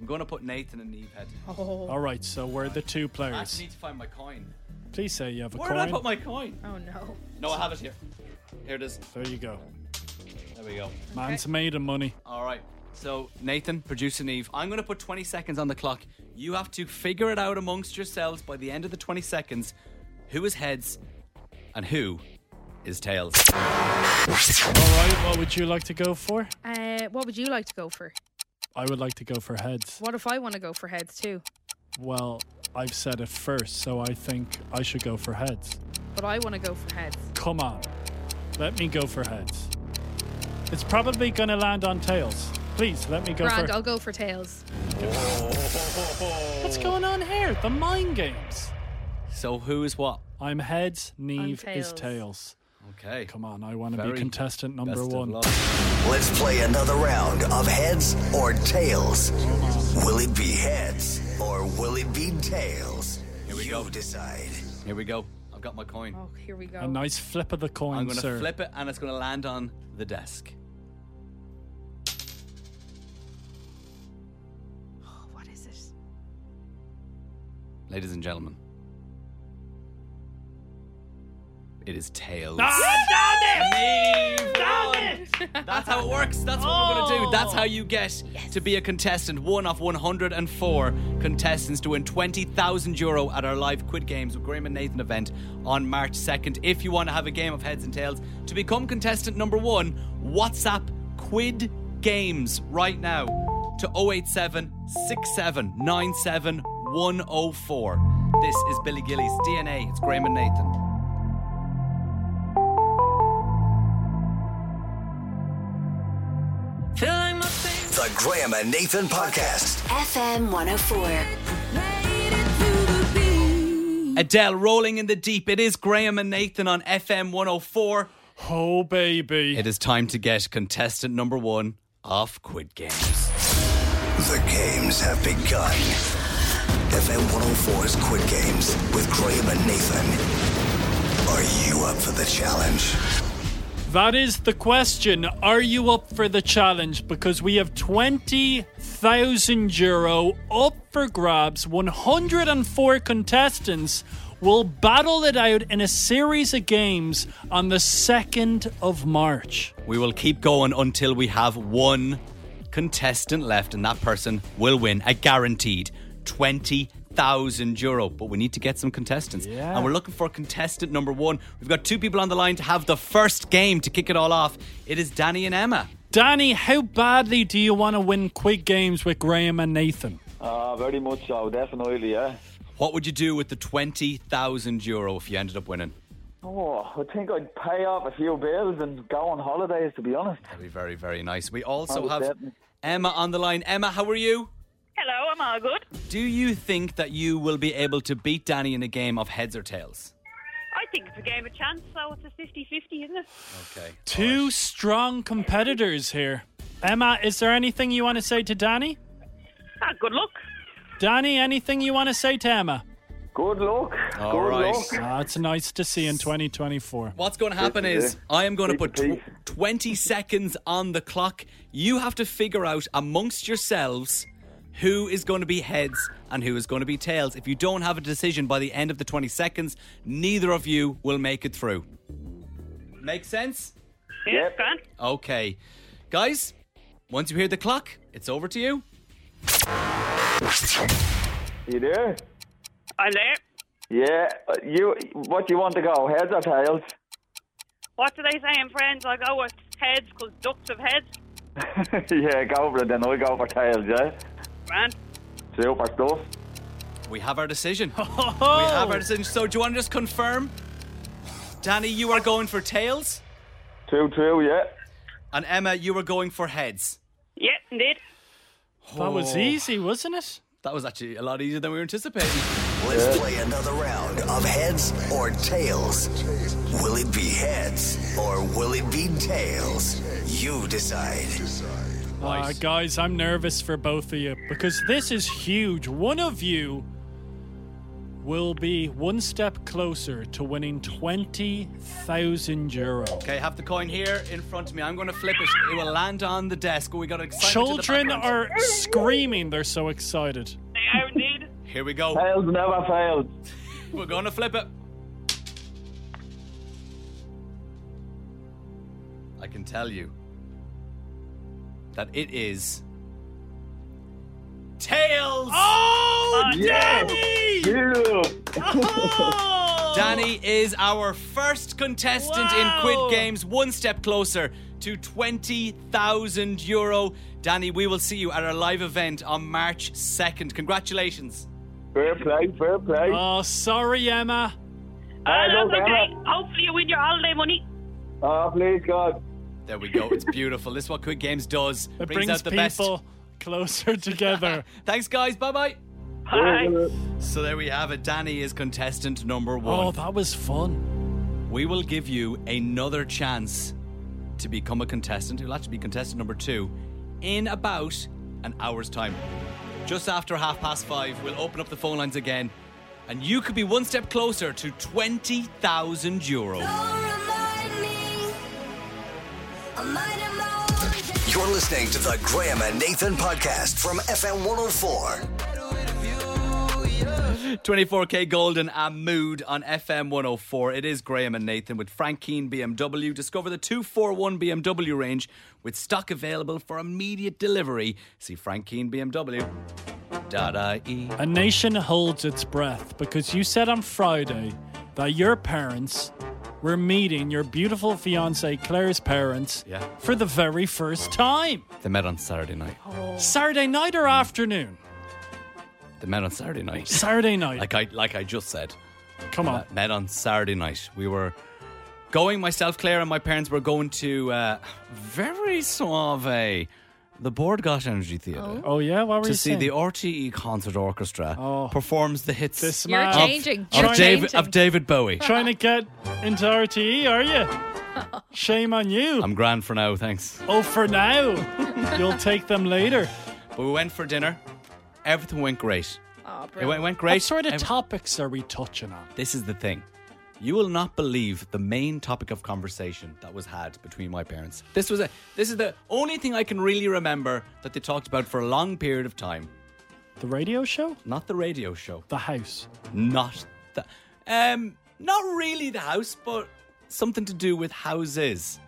Speaker 2: I'm going to put Nathan and Eve head.
Speaker 1: All right, so we're the two
Speaker 2: I
Speaker 1: players.
Speaker 2: actually need to find my coin.
Speaker 1: Please say you have a
Speaker 2: Where
Speaker 1: coin.
Speaker 2: did I put my coin?
Speaker 3: Oh no.
Speaker 2: No, I have it here. Here it is.
Speaker 1: There you go.
Speaker 2: There we go.
Speaker 1: Man's made of money.
Speaker 2: All right. So, Nathan, producer Neve, I'm going to put 20 seconds on the clock. You have to figure it out amongst yourselves by the end of the 20 seconds who is heads and who is tails.
Speaker 1: All right, what would you like to go for?
Speaker 3: Uh, what would you like to go for?
Speaker 1: I would like to go for heads.
Speaker 3: What if I want to go for heads too?
Speaker 1: Well, I've said it first, so I think I should go for heads.
Speaker 3: But I want to go for heads.
Speaker 1: Come on. Let me go for heads. It's probably going to land on tails. Please, let me go
Speaker 3: Grand,
Speaker 1: for
Speaker 3: I'll go for tails.
Speaker 1: What's going on here? The mind games.
Speaker 2: So, who is what?
Speaker 1: I'm heads, Neve
Speaker 3: I'm
Speaker 1: is
Speaker 3: tails.
Speaker 1: tails.
Speaker 2: Okay.
Speaker 1: Come on, I want to be
Speaker 2: Very
Speaker 1: contestant number
Speaker 2: best of
Speaker 1: one.
Speaker 2: luck.
Speaker 10: Let's play another round of heads or tails. Will it be heads or will it be tails?
Speaker 2: Here we
Speaker 10: you
Speaker 2: go.
Speaker 10: decide.
Speaker 2: Here we go. I've got my coin.
Speaker 3: Oh, here we go.
Speaker 1: A nice flip of the coin,
Speaker 2: I'm going
Speaker 1: sir.
Speaker 2: to flip it and it's going to land on the desk.
Speaker 3: Oh, what is it?
Speaker 2: Ladies and gentlemen, it is tails. Neve won. That's how it works. That's what we're going to do. That's how you get to be a contestant. One of 104 contestants to win 20,000 euro at our live Quid Games with Graham and Nathan event on March 2nd. If you want to have a game of heads and tails, to become contestant number one, WhatsApp Quid Games right now to 087 6797 104. This is Billy Gillies DNA. It's Graham and Nathan.
Speaker 10: The Graham and Nathan Podcast.
Speaker 11: FM 104.
Speaker 2: Adele rolling in the deep. It is Graham and Nathan on FM 104.
Speaker 1: Oh, baby.
Speaker 2: It is time to get contestant number one off Quid Games.
Speaker 10: The games have begun. FM 104's Quid oh Games with Graham and Nathan. Are you up for the challenge?
Speaker 1: That is the question. Are you up for the challenge? Because we have 20,000 euro up for grabs. 104 contestants will battle it out in a series of games on the 2nd of March.
Speaker 2: We will keep going until we have one contestant left, and that person will win a guaranteed 20,000 euro. But we need to get some contestants.
Speaker 1: Yeah.
Speaker 2: And we're looking for contestant number one. We've got two people on the line to have the first game to kick it all off. It is Danny and Emma.
Speaker 1: Danny, how badly do you want to win quick games with Graham and Nathan?
Speaker 15: Uh, very much so, definitely, yeah.
Speaker 2: What would you do with the 20,000 euro if you ended up winning?
Speaker 15: Oh, I think I'd pay off a few bills and go on holidays, to be honest.
Speaker 2: That'd be very, very nice. We also
Speaker 15: would
Speaker 2: have
Speaker 15: definitely-
Speaker 2: Emma on the line. Emma, how are you?
Speaker 16: Hello, I'm all good.
Speaker 2: Do you think that you will be able to beat Danny in a game of heads or tails?
Speaker 16: I think it's a game of chance, so it's a 50 50, isn't it?
Speaker 2: Okay.
Speaker 1: Two strong competitors here. Emma, is there anything you want to say to Danny?
Speaker 16: Ah, good luck.
Speaker 1: Danny, anything you want to say to Emma?
Speaker 15: Good luck.
Speaker 2: All
Speaker 15: Good
Speaker 2: right.
Speaker 15: luck.
Speaker 1: Ah, it's nice to see in 2024.
Speaker 2: What's going to happen is I am going to put tw- 20 seconds on the clock. You have to figure out amongst yourselves who is going to be heads and who is going to be tails. If you don't have a decision by the end of the 20 seconds, neither of you will make it through. Make sense?
Speaker 16: Yeah, grand.
Speaker 2: Okay. Guys, once you hear the clock, it's over to you.
Speaker 15: You there?
Speaker 16: I'm there.
Speaker 15: Yeah. uh, You. What do you want to go? Heads or tails? [laughs]
Speaker 16: What do they say in friends? I go with heads because ducks have heads.
Speaker 15: yeah, go for it then. I go for tails, yeah?
Speaker 16: Grand.
Speaker 15: Super stuff.
Speaker 2: We have our decision. we have our decision. So do you want to just confirm? Danny, you are going for tails?
Speaker 15: Two, two, yeah.
Speaker 2: And Emma, you were going for heads.
Speaker 16: Yeah, indeed.
Speaker 1: That
Speaker 2: Oh.
Speaker 1: was easy, wasn't it?
Speaker 2: That was actually a lot easier than we were anticipating.
Speaker 10: Let's play another round of heads or tails. Will it be heads or will it be tails? You decide.
Speaker 1: Uh, guys, I'm nervous for both of you because this is huge. One of you will be one step closer to winning 20,000 euro.
Speaker 2: Okay, have the coin here in front of me. I'm going to flip it. It will land on the desk. We got excited.
Speaker 1: Children are screaming, they're so excited.
Speaker 16: They are indeed.
Speaker 2: Here we go.
Speaker 15: Tails never fails.
Speaker 2: We're going to flip it. I can tell you that it is tails.
Speaker 1: Oh,
Speaker 15: Yeah.
Speaker 1: Danny!
Speaker 15: You.
Speaker 1: Oh!
Speaker 2: [laughs] Danny is our first contestant
Speaker 1: Wow.
Speaker 2: in Quid Games, one step closer to 20,000 euro. Danny, we will see you at our live event on March 2nd. Congratulations.
Speaker 15: Fair play, fair play.
Speaker 1: Oh, sorry, Emma.
Speaker 16: Ah,
Speaker 15: Hey, look,
Speaker 16: that's okay.
Speaker 15: Emma.
Speaker 16: Hopefully you win your holiday money.
Speaker 15: Oh, please, God.
Speaker 2: There we go.
Speaker 1: [laughs]
Speaker 2: It's beautiful. this is what Quid Games does.
Speaker 1: It brings,
Speaker 2: out the
Speaker 1: people closer [laughs] together.
Speaker 2: best. Thanks, guys. Bye bye.
Speaker 16: Hi.
Speaker 2: So there we have it. Danny is contestant number one.
Speaker 1: oh, that was fun.
Speaker 2: We will give you another chance to become a contestant. It will actually be contestant number two in about an hour's time. Just after half past five, we'll open up the phone lines again, and you could be one step closer to 20,000 euro.
Speaker 10: You're listening to the Graham and Nathan podcast from FM 104.
Speaker 2: 24K Golden and Mood on FM 104. It is Graham and Nathan with Frank Keen BMW. Discover the 241 BMW range with stock available for immediate delivery. See Frank Keen BMW. Dada E.
Speaker 1: A nation holds its breath because you said on Friday that your parents were meeting your beautiful fiance Claire's parents
Speaker 2: Yeah.
Speaker 1: for the very first time.
Speaker 2: They met on Saturday night.
Speaker 1: Saturday night or afternoon?
Speaker 2: They met on Saturday night.
Speaker 1: Saturday night.
Speaker 2: like [laughs] I like I just said.
Speaker 1: Come on.
Speaker 2: Met on Saturday night. We were going myself, Claire, and my parents were going to uh, very suave the Board Got Energy Theatre
Speaker 1: Oh yeah, what were
Speaker 2: to
Speaker 1: you
Speaker 2: see
Speaker 1: saying?
Speaker 2: the RTE Concert Orchestra performs the hits
Speaker 1: Oh. this
Speaker 3: You're
Speaker 1: man
Speaker 3: changing.
Speaker 2: of,
Speaker 3: You're
Speaker 2: of, David,
Speaker 3: changing.
Speaker 2: of David Bowie.
Speaker 1: trying to get into RTE, are
Speaker 3: [laughs]
Speaker 1: you? Shame on you.
Speaker 2: I'm grand for now, thanks.
Speaker 1: oh, for now,
Speaker 3: [laughs]
Speaker 1: you'll take them later.
Speaker 2: But we went for dinner. Everything went great.
Speaker 3: Oh,
Speaker 2: It went,
Speaker 3: bro.
Speaker 2: went great.
Speaker 1: What sort of
Speaker 2: Every-
Speaker 1: topics are we touching on?
Speaker 2: This is the thing. You will not believe the main topic of conversation that was had between my parents. This was a this is the only thing I can really remember that they talked about for a long period of time.
Speaker 1: The radio show?
Speaker 2: Not the radio show.
Speaker 1: The house.
Speaker 2: Not the um not really the house, but something to do with houses.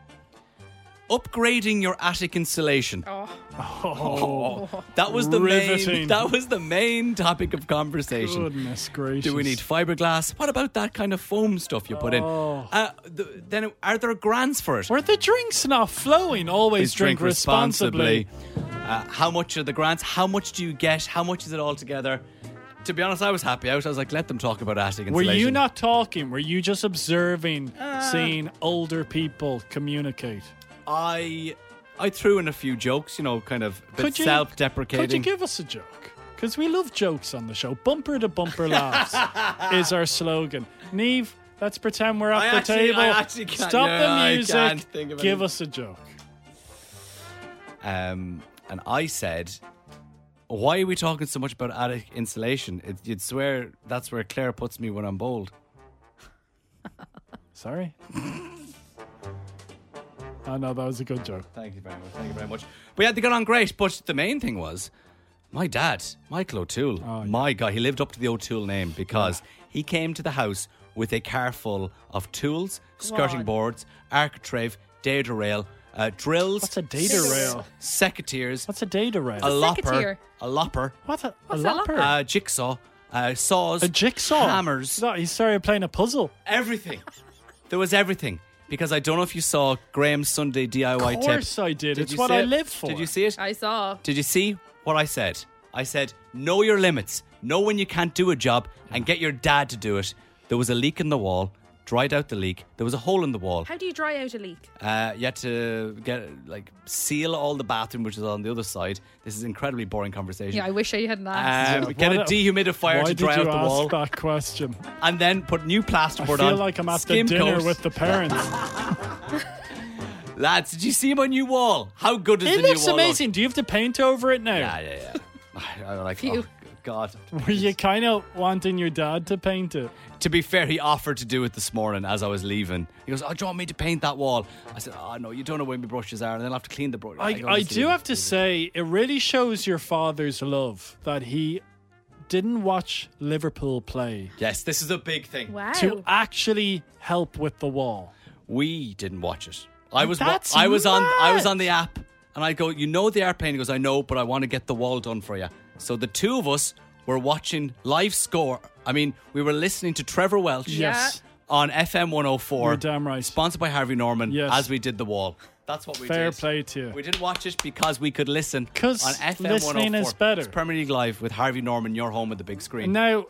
Speaker 2: Upgrading your attic insulation.
Speaker 1: Oh,
Speaker 2: that was the main
Speaker 1: riveting.
Speaker 2: that was the main topic of conversation.
Speaker 1: goodness gracious.
Speaker 2: Do we need fiberglass? What about that kind of foam stuff you put in?
Speaker 1: Oh.
Speaker 2: Uh, th- then are there grants for it?
Speaker 1: Were the drinks not flowing? Always
Speaker 2: Please
Speaker 1: drink, responsibly.
Speaker 2: responsibly. Uh, how much are the grants? How much do you get? How much is it all together? To be honest, I was happy out. I was like, let them talk about attic
Speaker 1: Were
Speaker 2: insulation.
Speaker 1: you not talking? Were you just observing,
Speaker 2: Uh.
Speaker 1: seeing older people communicate?
Speaker 2: I I threw in a few jokes, you know, kind of a bit
Speaker 1: Could you-
Speaker 2: self-deprecating.
Speaker 1: Could you give us a joke? Because we love jokes on the show. Bumper to [laughs] bumper laughs is our slogan. Neve, let's pretend we're at
Speaker 2: I
Speaker 1: the
Speaker 2: actually-
Speaker 1: table.
Speaker 2: I actually can't-
Speaker 1: Stop
Speaker 2: no, I
Speaker 1: the
Speaker 2: can't think
Speaker 1: music.
Speaker 2: of
Speaker 1: Give
Speaker 2: any.
Speaker 1: us a joke.
Speaker 2: um, and I said, why are we talking so much about attic insulation? It, you'd swear that's where Claire puts me when I'm bold.
Speaker 1: Sorry. [laughs] I know that was a good joke.
Speaker 2: Thank you very much. Thank you very much. We had to get on great, but the main thing was my dad, Michael O'Toole.
Speaker 1: Oh,
Speaker 2: My guy, he lived up to the O'Toole name because he came to the house with a car full of tools, skirting boards, architrave, data rail, uh, drills.
Speaker 1: What's a data rail?
Speaker 2: Secateurs,
Speaker 1: What's a data rail?
Speaker 2: a lopper,
Speaker 3: secateur?
Speaker 2: a lopper,
Speaker 1: What a, a
Speaker 3: a
Speaker 1: lopper?
Speaker 2: uh, jigsaw, uh, saws,
Speaker 1: a jigsaw.
Speaker 2: hammers,
Speaker 1: No, he started playing a puzzle.
Speaker 2: everything. There was everything because I don't know if you saw Graham's Sunday DIY
Speaker 1: Of
Speaker 2: tip.
Speaker 1: course I did. It's
Speaker 2: you
Speaker 1: what
Speaker 2: see
Speaker 1: I
Speaker 2: it?
Speaker 1: live for.
Speaker 2: Did you see it?
Speaker 3: I saw.
Speaker 2: Did you see what I said? I said, know your limits, know when you can't do a job, and get your dad to do it. There was a leak in the wall, dried out the leak. There was a hole in the wall.
Speaker 3: How do you dry out a leak?
Speaker 2: Uh, you had to get like seal all the bathroom, which is on the other side. This is an incredibly boring conversation.
Speaker 3: Yeah, I wish I hadn't asked.
Speaker 2: Um, get a
Speaker 1: What
Speaker 2: dehumidifier
Speaker 1: Why
Speaker 2: to dry
Speaker 1: did you
Speaker 2: out the
Speaker 1: ask
Speaker 2: wall,
Speaker 1: that question?
Speaker 2: and then [laughs] put new
Speaker 1: I
Speaker 2: plasterboard
Speaker 1: feel
Speaker 2: on.
Speaker 1: like I'm at
Speaker 2: skim
Speaker 1: the dinner
Speaker 2: coat.
Speaker 1: with the
Speaker 2: [laughs]
Speaker 1: parents.
Speaker 2: Lads, did you see my new wall? How good is
Speaker 1: it
Speaker 2: the new wall?
Speaker 1: looks amazing. Do you have to paint over it now?
Speaker 2: Yeah, yeah, yeah. [laughs] I, I like.
Speaker 1: Phew.
Speaker 2: Oh, God.
Speaker 1: Were you kind of wanting your dad to paint it?
Speaker 2: To be fair, he offered to do it this morning as I was leaving. He goes, "Oh, do you want me to paint that wall?" I said, "Oh no, you don't know where my brushes are, and then I will have to clean the brush."
Speaker 1: I, I do have to say, it really shows your father's love that he didn't watch Liverpool play
Speaker 2: Yes, this is a big
Speaker 1: Uh,
Speaker 2: thing.
Speaker 1: to actually help with the wall.
Speaker 2: We didn't watch it. I was wa-
Speaker 1: That's
Speaker 2: I was on I was
Speaker 1: mad.
Speaker 2: on the app and I go, you know the airplane. He goes, I know, but I want to get the wall done for you. So the two of us were watching live score. I mean, we were listening to Trevor Welch
Speaker 1: Yes.
Speaker 2: on FM 104.
Speaker 1: You're damn right.
Speaker 2: Sponsored by Harvey Norman
Speaker 1: Yes.
Speaker 2: as we did the wall. That's what we
Speaker 1: Fair
Speaker 2: did.
Speaker 1: play to you.
Speaker 2: We didn't watch it because we could listen
Speaker 1: 'Cause
Speaker 2: on FM
Speaker 1: listening
Speaker 2: 104.
Speaker 1: is better.
Speaker 2: It's Premier League Live with Harvey Norman, your home with the big screen.
Speaker 1: Now,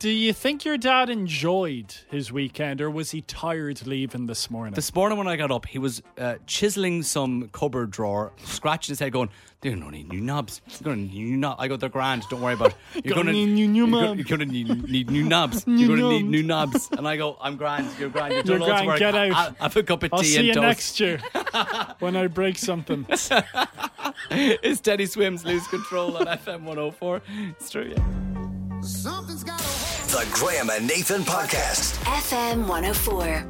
Speaker 1: do you think your dad enjoyed his weekend or was he tired leaving this morning?
Speaker 2: This morning when I got up, he was uh, chiseling some cupboard drawer, scratching his head, going, "They're gonna need new knobs. They're gonna need new knobs. I go, they're grand. Don't worry about
Speaker 1: [laughs]
Speaker 2: it.
Speaker 1: Gonna need new- new
Speaker 2: you're
Speaker 1: man."
Speaker 2: gonna, you're gonna need,
Speaker 1: [laughs]
Speaker 2: need new knobs.
Speaker 1: New
Speaker 2: you're gonna
Speaker 1: knobs. [laughs]
Speaker 2: need new knobs." And I go, "I'm grand. You're grand. You're
Speaker 1: You're
Speaker 2: doing loads
Speaker 1: grand,
Speaker 2: of work.
Speaker 1: get out.
Speaker 2: I'll have a cup of
Speaker 1: I'll
Speaker 2: tea
Speaker 1: see
Speaker 2: and
Speaker 1: you
Speaker 2: toast."
Speaker 1: next year when I break something.
Speaker 2: [laughs] it's Teddy Swims lose control on FM 104. It's true. Yeah.
Speaker 10: The Graham and
Speaker 15: [laughs]
Speaker 10: Nathan Podcast.
Speaker 11: FM 104.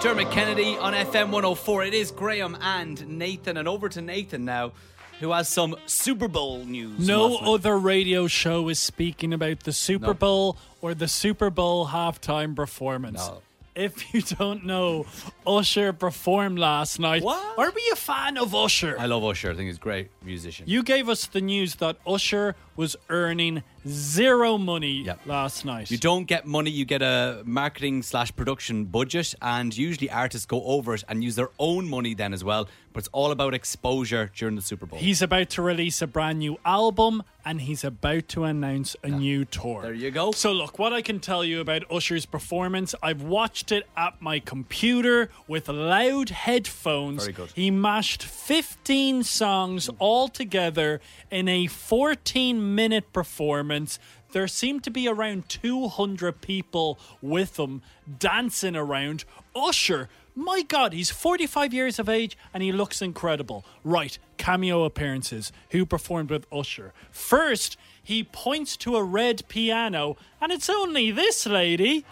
Speaker 2: Dermot Kennedy on FM 104. It is Graham and Nathan, and over to Nathan now, who has some Super Bowl news.
Speaker 1: No
Speaker 2: Muffin.
Speaker 1: other radio show is speaking about the Super
Speaker 2: No.
Speaker 1: Bowl or the Super Bowl halftime performance.
Speaker 2: No.
Speaker 1: If you don't know, Usher performed last night.
Speaker 2: What?
Speaker 1: Are we a fan of Usher?
Speaker 2: I love Usher. I think he's a great musician.
Speaker 1: You gave us the news that Usher was earning zero money last night.
Speaker 2: You don't get money, you get a marketing slash production budget, and usually artists go over it and use their own money then as well. But it's all about exposure during the Super Bowl.
Speaker 1: He's about to release a brand new album and he's about to announce a new tour. There
Speaker 2: you go.
Speaker 1: So, look, what I can tell you about Usher's performance, I've watched it at my computer with loud headphones.
Speaker 2: Very good. Hmm.
Speaker 1: He mashed 15 songs all together in a 14 minute performance. There seemed to be around 200 people with him dancing around. Usher, my God, he's 45 years of age and he looks incredible. Right, cameo appearances. Who performed with Usher? First, he points to a red piano and it's only this lady.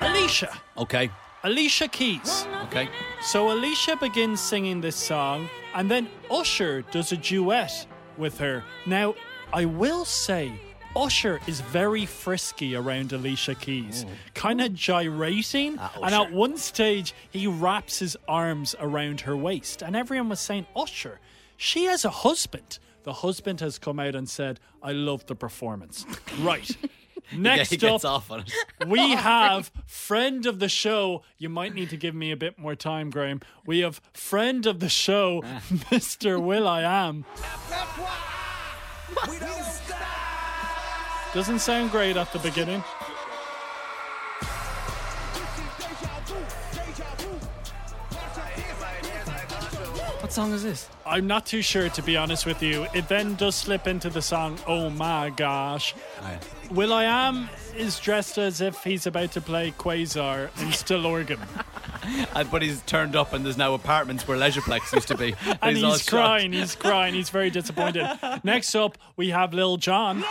Speaker 1: Alicia.
Speaker 2: Okay.
Speaker 1: Alicia Keys.
Speaker 2: Okay.
Speaker 1: So Alicia begins singing this song, and then Usher does a duet with her. Now, I will say, Usher is very frisky around Alicia
Speaker 2: Hmm.
Speaker 1: Keys, kind of gyrating.
Speaker 2: Ah,
Speaker 1: and at one stage, he wraps his arms around her waist. And everyone was saying, Usher, she has a husband. The husband has come out and said, I love the performance. right.
Speaker 2: [laughs] yeah,
Speaker 1: Next
Speaker 2: he gets
Speaker 1: up,
Speaker 2: off on it.
Speaker 1: we have friend of the show. You might need to give me a bit more time, Graham. We have friend of the show, Mr. Will I Am. Doesn't sound great at the beginning.
Speaker 2: What song is this?
Speaker 1: I'm not too sure, to be honest with you. It then does slip into the song, Oh My Gosh. Will I Am is dressed as if he's about to play Quasar in Still Organ.
Speaker 2: And, Uh, but he's turned up, and there's now apartments where Leisureplex used
Speaker 1: [laughs]
Speaker 2: to be.
Speaker 1: And
Speaker 2: all
Speaker 1: he's
Speaker 2: shocked.
Speaker 1: crying, he's crying, he's very
Speaker 2: [laughs]
Speaker 1: disappointed. Next up, we have Lil Jon.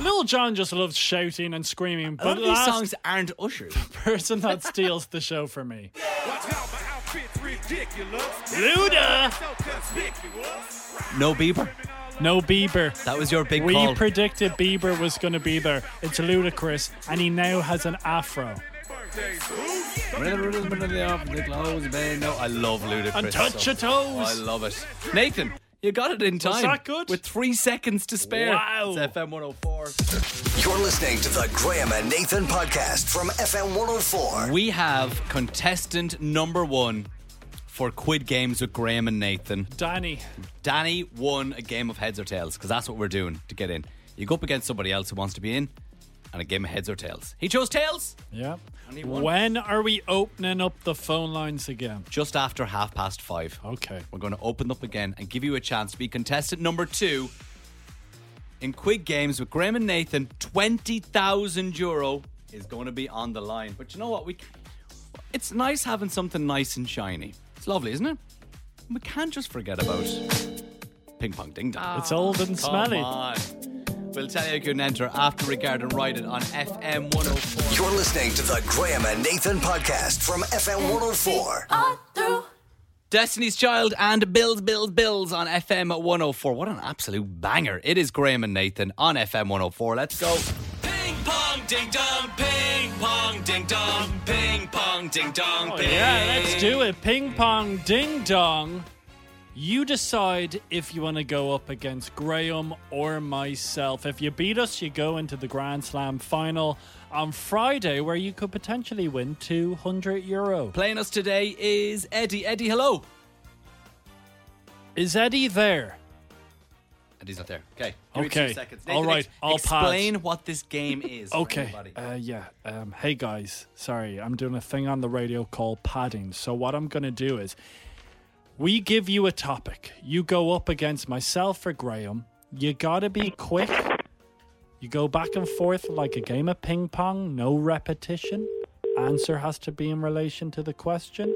Speaker 1: Lil Jon just loves shouting and screaming,
Speaker 2: A lot
Speaker 1: but
Speaker 2: of these
Speaker 1: last
Speaker 2: songs aren't Usher's.
Speaker 1: person
Speaker 2: [laughs]
Speaker 1: that steals the show for me. Luda!
Speaker 2: No Bieber.
Speaker 1: No Bieber.
Speaker 2: That was your big
Speaker 1: we
Speaker 2: call.
Speaker 1: predicted Bieber was going to be there. It's ludicrous, and he now has an afro.
Speaker 2: Whenever it is, whenever they open the clothes, man. No, I love Ludacris.
Speaker 1: And touch
Speaker 2: so
Speaker 1: your toes.
Speaker 2: I love it. Nathan, you got it in time.
Speaker 1: that good?
Speaker 2: With three seconds to spare.
Speaker 1: Wow.
Speaker 2: It's FM 104.
Speaker 10: You're listening to the Graham and Nathan podcast from FM 104.
Speaker 2: We have contestant number one for Quid Games with Graham and Nathan.
Speaker 1: Danny.
Speaker 2: Danny won a game of heads or tails because that's what we're doing to get in. You go up against somebody else who wants to be in, and a game of heads or tails. He chose tails
Speaker 1: Yeah.
Speaker 2: he won.
Speaker 1: When are we opening up the phone lines again?
Speaker 2: just after half past five.
Speaker 1: Okay.
Speaker 2: We're going to open up again and give you a chance to be contestant number two in Quid Games with Graham and Nathan. Twenty thousand euro is going to be on the line. But you know what? We c- it's nice having something nice and shiny. It's lovely, isn't it? We can't just forget about ping pong ding dong.
Speaker 1: It's old and Oh, smelly.
Speaker 2: Come on. We'll tell you who can enter after regard and write it on FM 104.
Speaker 10: You're listening to the Graham and Nathan podcast from FM 104.
Speaker 2: Destiny's Child and Bills, Bills, Bills on FM 104. What an absolute banger. It is Graham and Nathan on FM 104. Let's go. Ping pong ding dong, ping pong ding dong, ping pong ding dong,
Speaker 1: Oh, yeah, let's do it. Ping pong ding dong. You decide if you want to go up against Graham or myself. If you beat us, you go into the Grand Slam final on Friday, where you could potentially win 200 euro.
Speaker 2: Playing us today is Eddie. Eddie, hello.
Speaker 1: Is Eddie there?
Speaker 2: Eddie's not there. Okay. Give me
Speaker 1: Okay.
Speaker 2: two seconds.
Speaker 1: All right,
Speaker 2: ex-
Speaker 1: I'll pass.
Speaker 2: explain what this [laughs] game is. for
Speaker 1: Okay.
Speaker 2: everybody.
Speaker 1: Uh, yeah. Um, hey guys, sorry, I'm doing a thing on the radio called padding. So what I'm gonna do is, we give you a topic. You go up against myself or Graham. You gotta be quick. You go back and forth like a game of ping pong. No repetition. Answer has to be in relation to the question.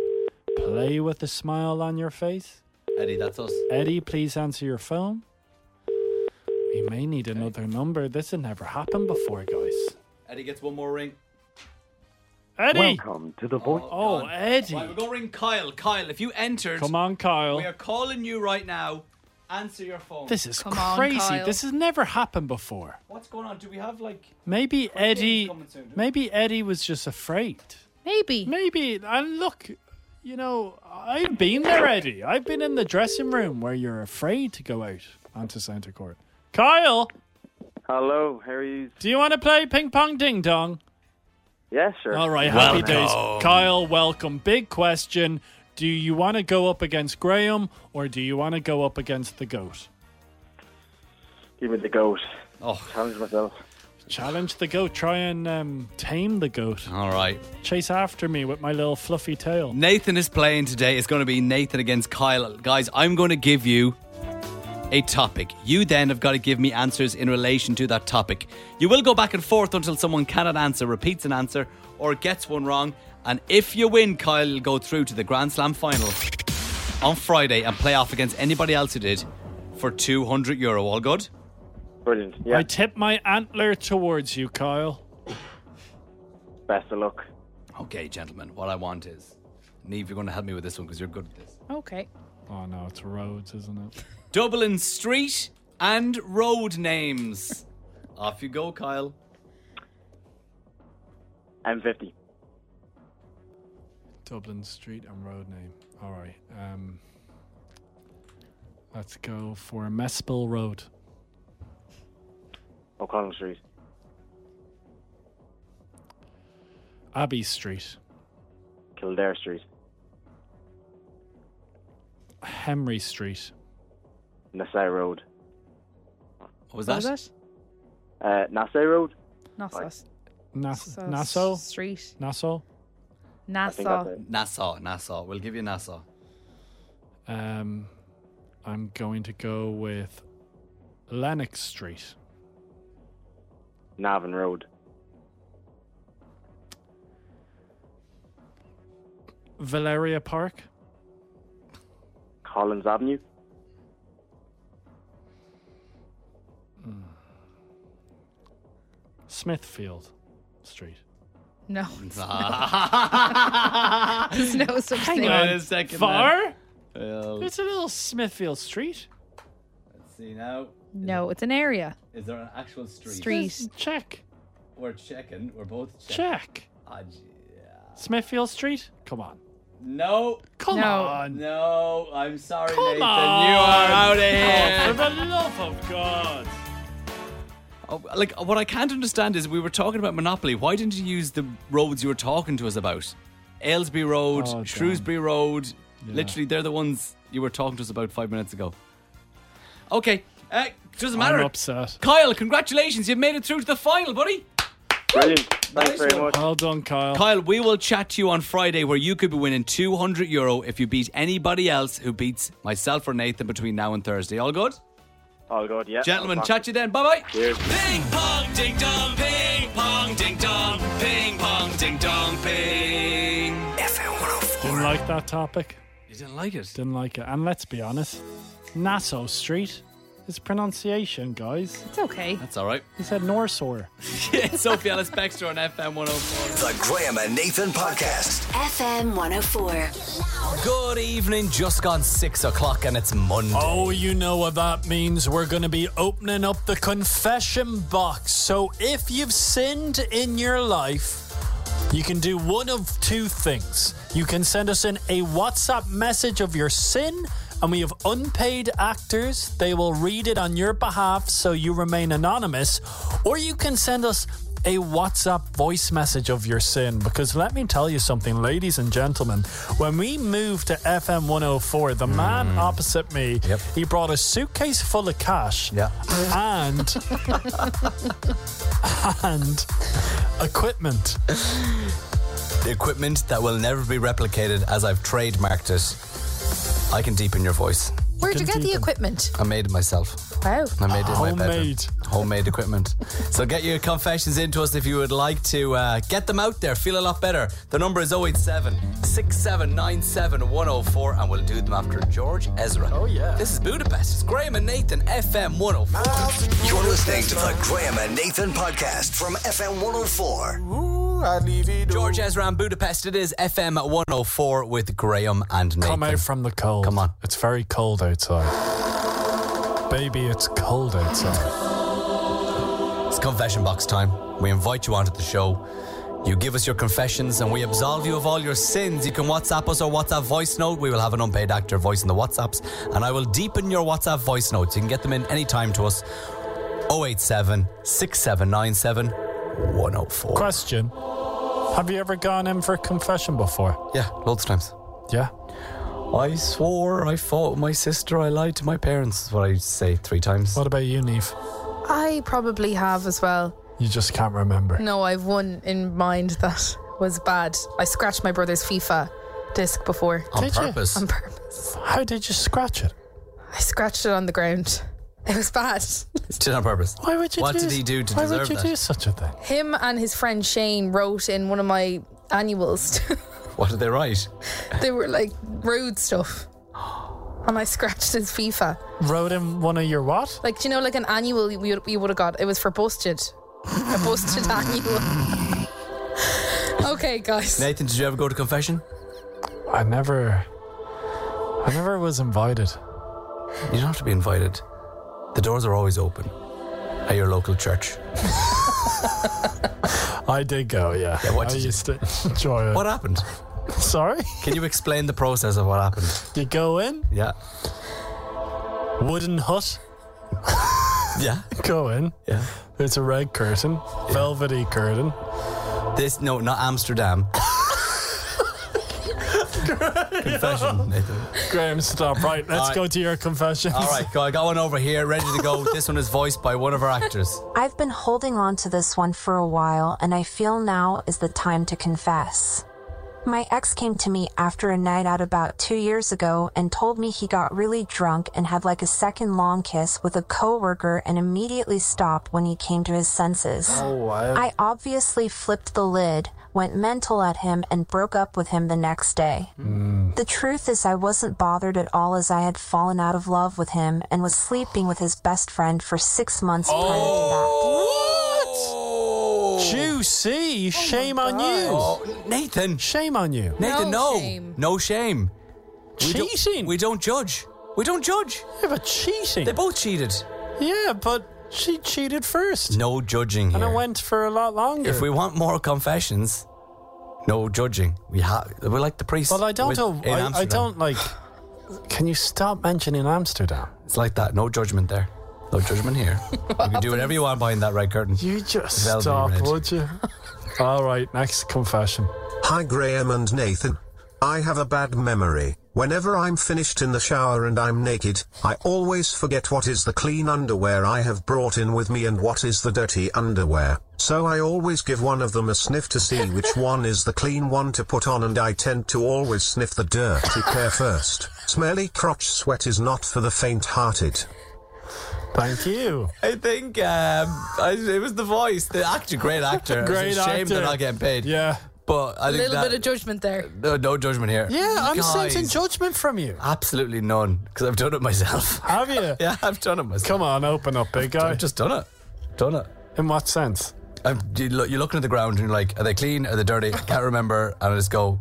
Speaker 1: Play with a smile on your face.
Speaker 2: Eddie, that's us.
Speaker 1: Eddie, please answer your phone. We may need another number. This had never happened before, guys.
Speaker 2: Eddie gets one more ring.
Speaker 1: Eddie!
Speaker 17: Welcome to the voice.
Speaker 1: Oh,
Speaker 2: God.
Speaker 1: Eddie.
Speaker 2: Right, we're going to ring Kyle. Kyle, if you entered,
Speaker 1: Come on, Kyle.
Speaker 2: we are calling you right now. Answer your phone.
Speaker 1: This is
Speaker 3: Come on,
Speaker 1: crazy.
Speaker 3: Kyle.
Speaker 1: this has never happened before.
Speaker 2: What's going on? Do we have like
Speaker 1: Maybe
Speaker 2: game's
Speaker 1: Eddie
Speaker 2: coming soon, isn't it?
Speaker 1: maybe Eddie was just afraid.
Speaker 3: Maybe.
Speaker 1: Maybe and look, you know, I've been there, Eddie. I've been in the dressing room where you're afraid to go out onto Santa Court. Kyle,
Speaker 17: Hello, how are you?
Speaker 1: do you want to play ping pong ding dong?
Speaker 17: Yeah, sure.
Speaker 1: All right, happy
Speaker 2: Welcome.
Speaker 1: days. Kyle, welcome. Big question. Do you want to go up against Graham or do you want to go up against the goat?
Speaker 17: Give me the goat.
Speaker 2: Oh,
Speaker 17: Challenge myself.
Speaker 1: Challenge the goat. Try and um, tame the goat.
Speaker 2: all right.
Speaker 1: chase after me with my little fluffy tail.
Speaker 2: Nathan is playing today. It's going to be Nathan against Kyle. Guys, I'm going to give you a topic. You then have got to give me answers in relation to that topic. You will go back and forth until someone cannot answer, repeats an answer, or gets one wrong. And if you win, Kyle will go through to the Grand Slam final on Friday and play off against anybody else who did for 200 euro. All good?
Speaker 17: Brilliant. Yeah,
Speaker 1: I tip my antler towards you, Kyle.
Speaker 17: best of luck.
Speaker 2: Okay, gentlemen, what I want is. Neve, you're going to help me with this one because you're good at this.
Speaker 3: Okay.
Speaker 1: Oh no, it's roads, isn't it?
Speaker 2: Dublin street and road names. [laughs] Off you go, Kyle.
Speaker 17: M50.
Speaker 1: Dublin street and road name. All right. Um, let's go for Mespel Road.
Speaker 17: O'Connell Street.
Speaker 1: Abbey Street.
Speaker 17: Kildare Street.
Speaker 1: Henry Street.
Speaker 17: Nassau Road.
Speaker 2: What was
Speaker 3: What was
Speaker 2: that?
Speaker 3: that?
Speaker 17: Uh, Nassau Road?
Speaker 3: Nassau.
Speaker 1: Nas- Nassau?
Speaker 3: Street.
Speaker 1: Nassau?
Speaker 17: think that's
Speaker 3: Nassau.
Speaker 17: it.
Speaker 2: Nassau, Nassau. We'll give you Nassau. [laughs]
Speaker 1: Um, I'm going to go with Lennox Street.
Speaker 17: Navan Road.
Speaker 1: Valeria Park?
Speaker 17: Collins Avenue.
Speaker 1: Smithfield Street.
Speaker 3: No. [laughs]
Speaker 2: Ah.
Speaker 3: There's no such thing.
Speaker 2: on. a second,
Speaker 1: Far?
Speaker 2: well, let's
Speaker 1: It's a little Smithfield Street.
Speaker 2: see now.
Speaker 3: No, it's an area.
Speaker 2: Is there an actual street?
Speaker 3: Street.
Speaker 1: Check.
Speaker 2: We're checking. We're both checking.
Speaker 1: Check.
Speaker 2: Ah, gee, yeah.
Speaker 1: Smithfield Street? Come on.
Speaker 2: No.
Speaker 1: Come No. on.
Speaker 2: No, I'm sorry,
Speaker 1: Come
Speaker 2: Nathan.
Speaker 1: on.
Speaker 2: You are out
Speaker 1: [laughs]
Speaker 2: of
Speaker 1: Oh,
Speaker 2: here.
Speaker 1: for the love of God.
Speaker 2: Oh, like what I can't understand is we were talking about Monopoly. Why didn't you use the roads you were talking to us about? Aylesby Road,
Speaker 1: Oh, damn.
Speaker 2: Shrewsbury Road.
Speaker 1: Yeah.
Speaker 2: Literally, they're the ones you were talking to us about five minutes ago. Okay, uh, doesn't
Speaker 1: I'm
Speaker 2: matter.
Speaker 1: upset.
Speaker 2: Kyle, congratulations! You've made it through to the final, buddy.
Speaker 17: Brilliant. Thanks
Speaker 2: Nice
Speaker 17: very
Speaker 2: one.
Speaker 17: much.
Speaker 1: Well done, Kyle.
Speaker 2: Kyle, we will chat to you on Friday where you could be winning 200 euro if you beat anybody else who beats myself or Nathan between now and Thursday. All good?
Speaker 17: All good, yeah.
Speaker 2: Gentlemen,
Speaker 17: I'll
Speaker 2: chat to you then. Bye bye.
Speaker 17: Cheers.
Speaker 2: Ping pong ding dong, ping pong ding dong, ping pong ding dong, ping.
Speaker 10: FM 104.
Speaker 1: Didn't like that topic.
Speaker 2: You didn't like it?
Speaker 1: Didn't like it. And let's be honest, Nassau Street is pronunciation, guys.
Speaker 3: It's okay.
Speaker 2: That's all right. [laughs]
Speaker 1: He said Norsaur.
Speaker 2: Sophie Ellis Bextor on FM 104.
Speaker 10: The Graham and Nathan Podcast.
Speaker 11: FM 104.
Speaker 2: Good evening, just gone six o'clock and it's Monday.
Speaker 1: Oh, you know what that means. We're going to be opening up the confession box. So if you've sinned in your life, you can do one of two things. You can send us in a WhatsApp message of your sin, and we have unpaid actors. They will read it on your behalf so you remain anonymous. Or you can send us a WhatsApp voice message of your sin. Because let me tell you something, ladies and gentlemen, when we moved to FM 104, the man opposite me, he brought a suitcase full of cash.
Speaker 2: Yeah.
Speaker 1: And and equipment.
Speaker 2: Equipment that will never be replicated as I've trademarked it. I can deepen your voice.
Speaker 18: Where'd you get the equipment?
Speaker 2: I made it myself.
Speaker 18: Wow.
Speaker 2: I made it in my bedroom.
Speaker 1: Homemade.
Speaker 2: Homemade equipment. so get your confessions into us if you would like to uh, get them out there. Feel a lot better. The number is 087 6797 104, and we'll do them after George Ezra. Oh, yeah. This is Budapest. It's Graham and Nathan, FM 104.
Speaker 10: You're listening to the Graham and Nathan Podcast from FM 104.
Speaker 2: George Ezra and Budapest. It is FM 104 with Graham and Nathan.
Speaker 1: Come out from the cold. Come on. It's very cold outside. Baby, it's cold outside.
Speaker 2: It's confession box time. We invite you onto the show. You give us your confessions and we absolve you of all your sins. You can WhatsApp us or WhatsApp voice note. We will have an unpaid actor voice in the WhatsApps and I will deepen your WhatsApp voice notes. You can get them in any time to us. 087 6797 104.
Speaker 1: Question Have you ever gone in for a confession before?
Speaker 2: Yeah, loads of times.
Speaker 1: Yeah.
Speaker 2: I swore I fought with my sister. I lied to my parents. Is what I say three times.
Speaker 1: What about you, Neve?
Speaker 18: I probably have as well.
Speaker 1: You just can't remember.
Speaker 18: No, I've one in mind that was bad. I scratched my brother's FIFA disc before.
Speaker 2: On Did you? purpose?
Speaker 18: On purpose.
Speaker 1: How did you scratch it?
Speaker 18: I scratched it on the ground. [laughs] It was bad.
Speaker 2: Did it on purpose.
Speaker 1: Why would you
Speaker 2: What
Speaker 1: do
Speaker 2: did
Speaker 1: s-
Speaker 2: he do to
Speaker 1: Why
Speaker 2: deserve
Speaker 1: would you
Speaker 2: that?
Speaker 1: do such a thing?
Speaker 18: Him and his friend Shane wrote in one of my annuals. [laughs]
Speaker 2: What did
Speaker 1: [laughs]
Speaker 2: they write?
Speaker 18: they were like rude stuff. [gasps] And I scratched his FIFA.
Speaker 1: Wrote in one of your what?
Speaker 18: Like, do you know, like an annual we, we would have got? It was for Busted. A Busted [laughs] annual. [laughs] okay, guys.
Speaker 2: Nathan, did you ever go to confession?
Speaker 1: I never. I never was invited.
Speaker 2: You don't have to be invited. The doors are always open at your local church.
Speaker 1: I did go, yeah.
Speaker 2: Yeah, what
Speaker 1: I
Speaker 2: did you-
Speaker 1: used to [laughs] enjoy it.
Speaker 2: What happened?
Speaker 1: Sorry?
Speaker 2: Can you explain the process of what happened?
Speaker 1: You go in,
Speaker 2: Yeah.
Speaker 1: wooden hut,
Speaker 2: Yeah.
Speaker 1: go in.
Speaker 2: Yeah.
Speaker 1: It's a red curtain, velvety curtain.
Speaker 2: This, no, not [laughs] Amsterdam. Confession, Nathan.
Speaker 1: Graham, stop. Right, let's
Speaker 2: Alright.
Speaker 1: go to your confessions.
Speaker 2: All right, go, I got one over here, ready to go. this one is voiced by one of our actors.
Speaker 19: I've been holding on to this one for a while, and I feel now is the time to confess. My ex came to me after a night out about two years ago and told me he got really drunk and had like a second long kiss with a coworker and immediately stopped when he came to his senses.
Speaker 1: wow.
Speaker 19: I obviously flipped the lid, went mental at him, and broke up with him the next day. The truth is, I wasn't bothered at all as I had fallen out of love with him and was sleeping with his best friend for six months prior to that.
Speaker 2: What?
Speaker 1: Juicy. Shame on you.
Speaker 2: Oh, Nathan.
Speaker 1: Shame on you.
Speaker 2: Nathan,
Speaker 18: No
Speaker 2: no.
Speaker 18: shame.
Speaker 2: No shame. We don't-
Speaker 1: Cheating.
Speaker 2: we don't judge. We don't judge.
Speaker 1: Yeah, but cheating.
Speaker 2: They both cheated.
Speaker 1: yeah, but she cheated first.
Speaker 2: No judging
Speaker 1: And
Speaker 2: here.
Speaker 1: it went for a lot longer.
Speaker 2: If we want more confessions, no judging. We have we're like the priest.
Speaker 1: Well, I don't.
Speaker 2: with-
Speaker 1: know-
Speaker 2: in
Speaker 1: I, I
Speaker 2: Amsterdam.
Speaker 1: don't like. Can you stop mentioning Amsterdam?
Speaker 2: It's like that. No judgment there. No
Speaker 1: [laughs]
Speaker 2: judgment here. you can do whatever you want behind that red curtain.
Speaker 1: You just
Speaker 2: That'll be
Speaker 1: stop,
Speaker 2: red.
Speaker 1: would
Speaker 2: [laughs]
Speaker 1: you? All right, next confession.
Speaker 5: Hi, Graham and Nathan. I have a bad memory. Whenever I'm finished in the shower and I'm naked, I always forget what is the clean underwear I have brought in with me and what is the dirty underwear. So I always give one of them a sniff to see which one is the clean one to put on and I tend to always sniff the dirty pair first. Smelly crotch sweat is not for the faint-hearted.
Speaker 1: Thank you.
Speaker 2: I think um, I, it was the voice. The actor, great actor.
Speaker 1: Great
Speaker 2: it's a shame
Speaker 1: actor.
Speaker 2: they're not getting paid.
Speaker 1: Yeah.
Speaker 2: But I
Speaker 3: A
Speaker 2: think
Speaker 3: little
Speaker 2: that,
Speaker 3: bit of judgment there.
Speaker 2: no, no judgment here.
Speaker 1: Yeah, I'm sensing
Speaker 2: Guys,
Speaker 1: judgment from you.
Speaker 2: Absolutely none, because I've done it myself. [laughs]
Speaker 1: Have you?
Speaker 2: yeah, I've done it myself.
Speaker 1: Come on, open up, big guy.
Speaker 2: I've just done it. Done it.
Speaker 1: In what sense?
Speaker 2: I'm, Um, you look, you're looking at the ground and you're like, are they clean? Are they dirty? I can't remember. And I just go,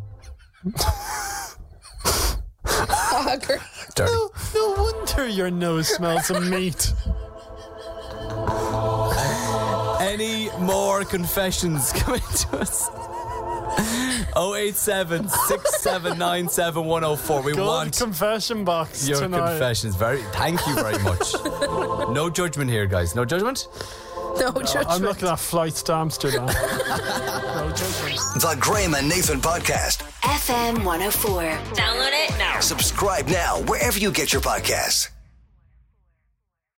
Speaker 2: dirty.
Speaker 1: No, no wonder your nose smells of meat.
Speaker 2: Any more confessions [laughs] coming to us? 087 6797104. We
Speaker 1: Good
Speaker 2: want
Speaker 1: confession box
Speaker 2: your
Speaker 1: tonight.
Speaker 2: confessions. Very, thank you very much. no judgment here, guys. No judgment.
Speaker 3: No judgment.
Speaker 1: I'm looking at flights to Amsterdam.
Speaker 10: The Graham and Nathan Podcast.
Speaker 20: FM 104. Download it now.
Speaker 10: Subscribe now wherever you get your podcasts.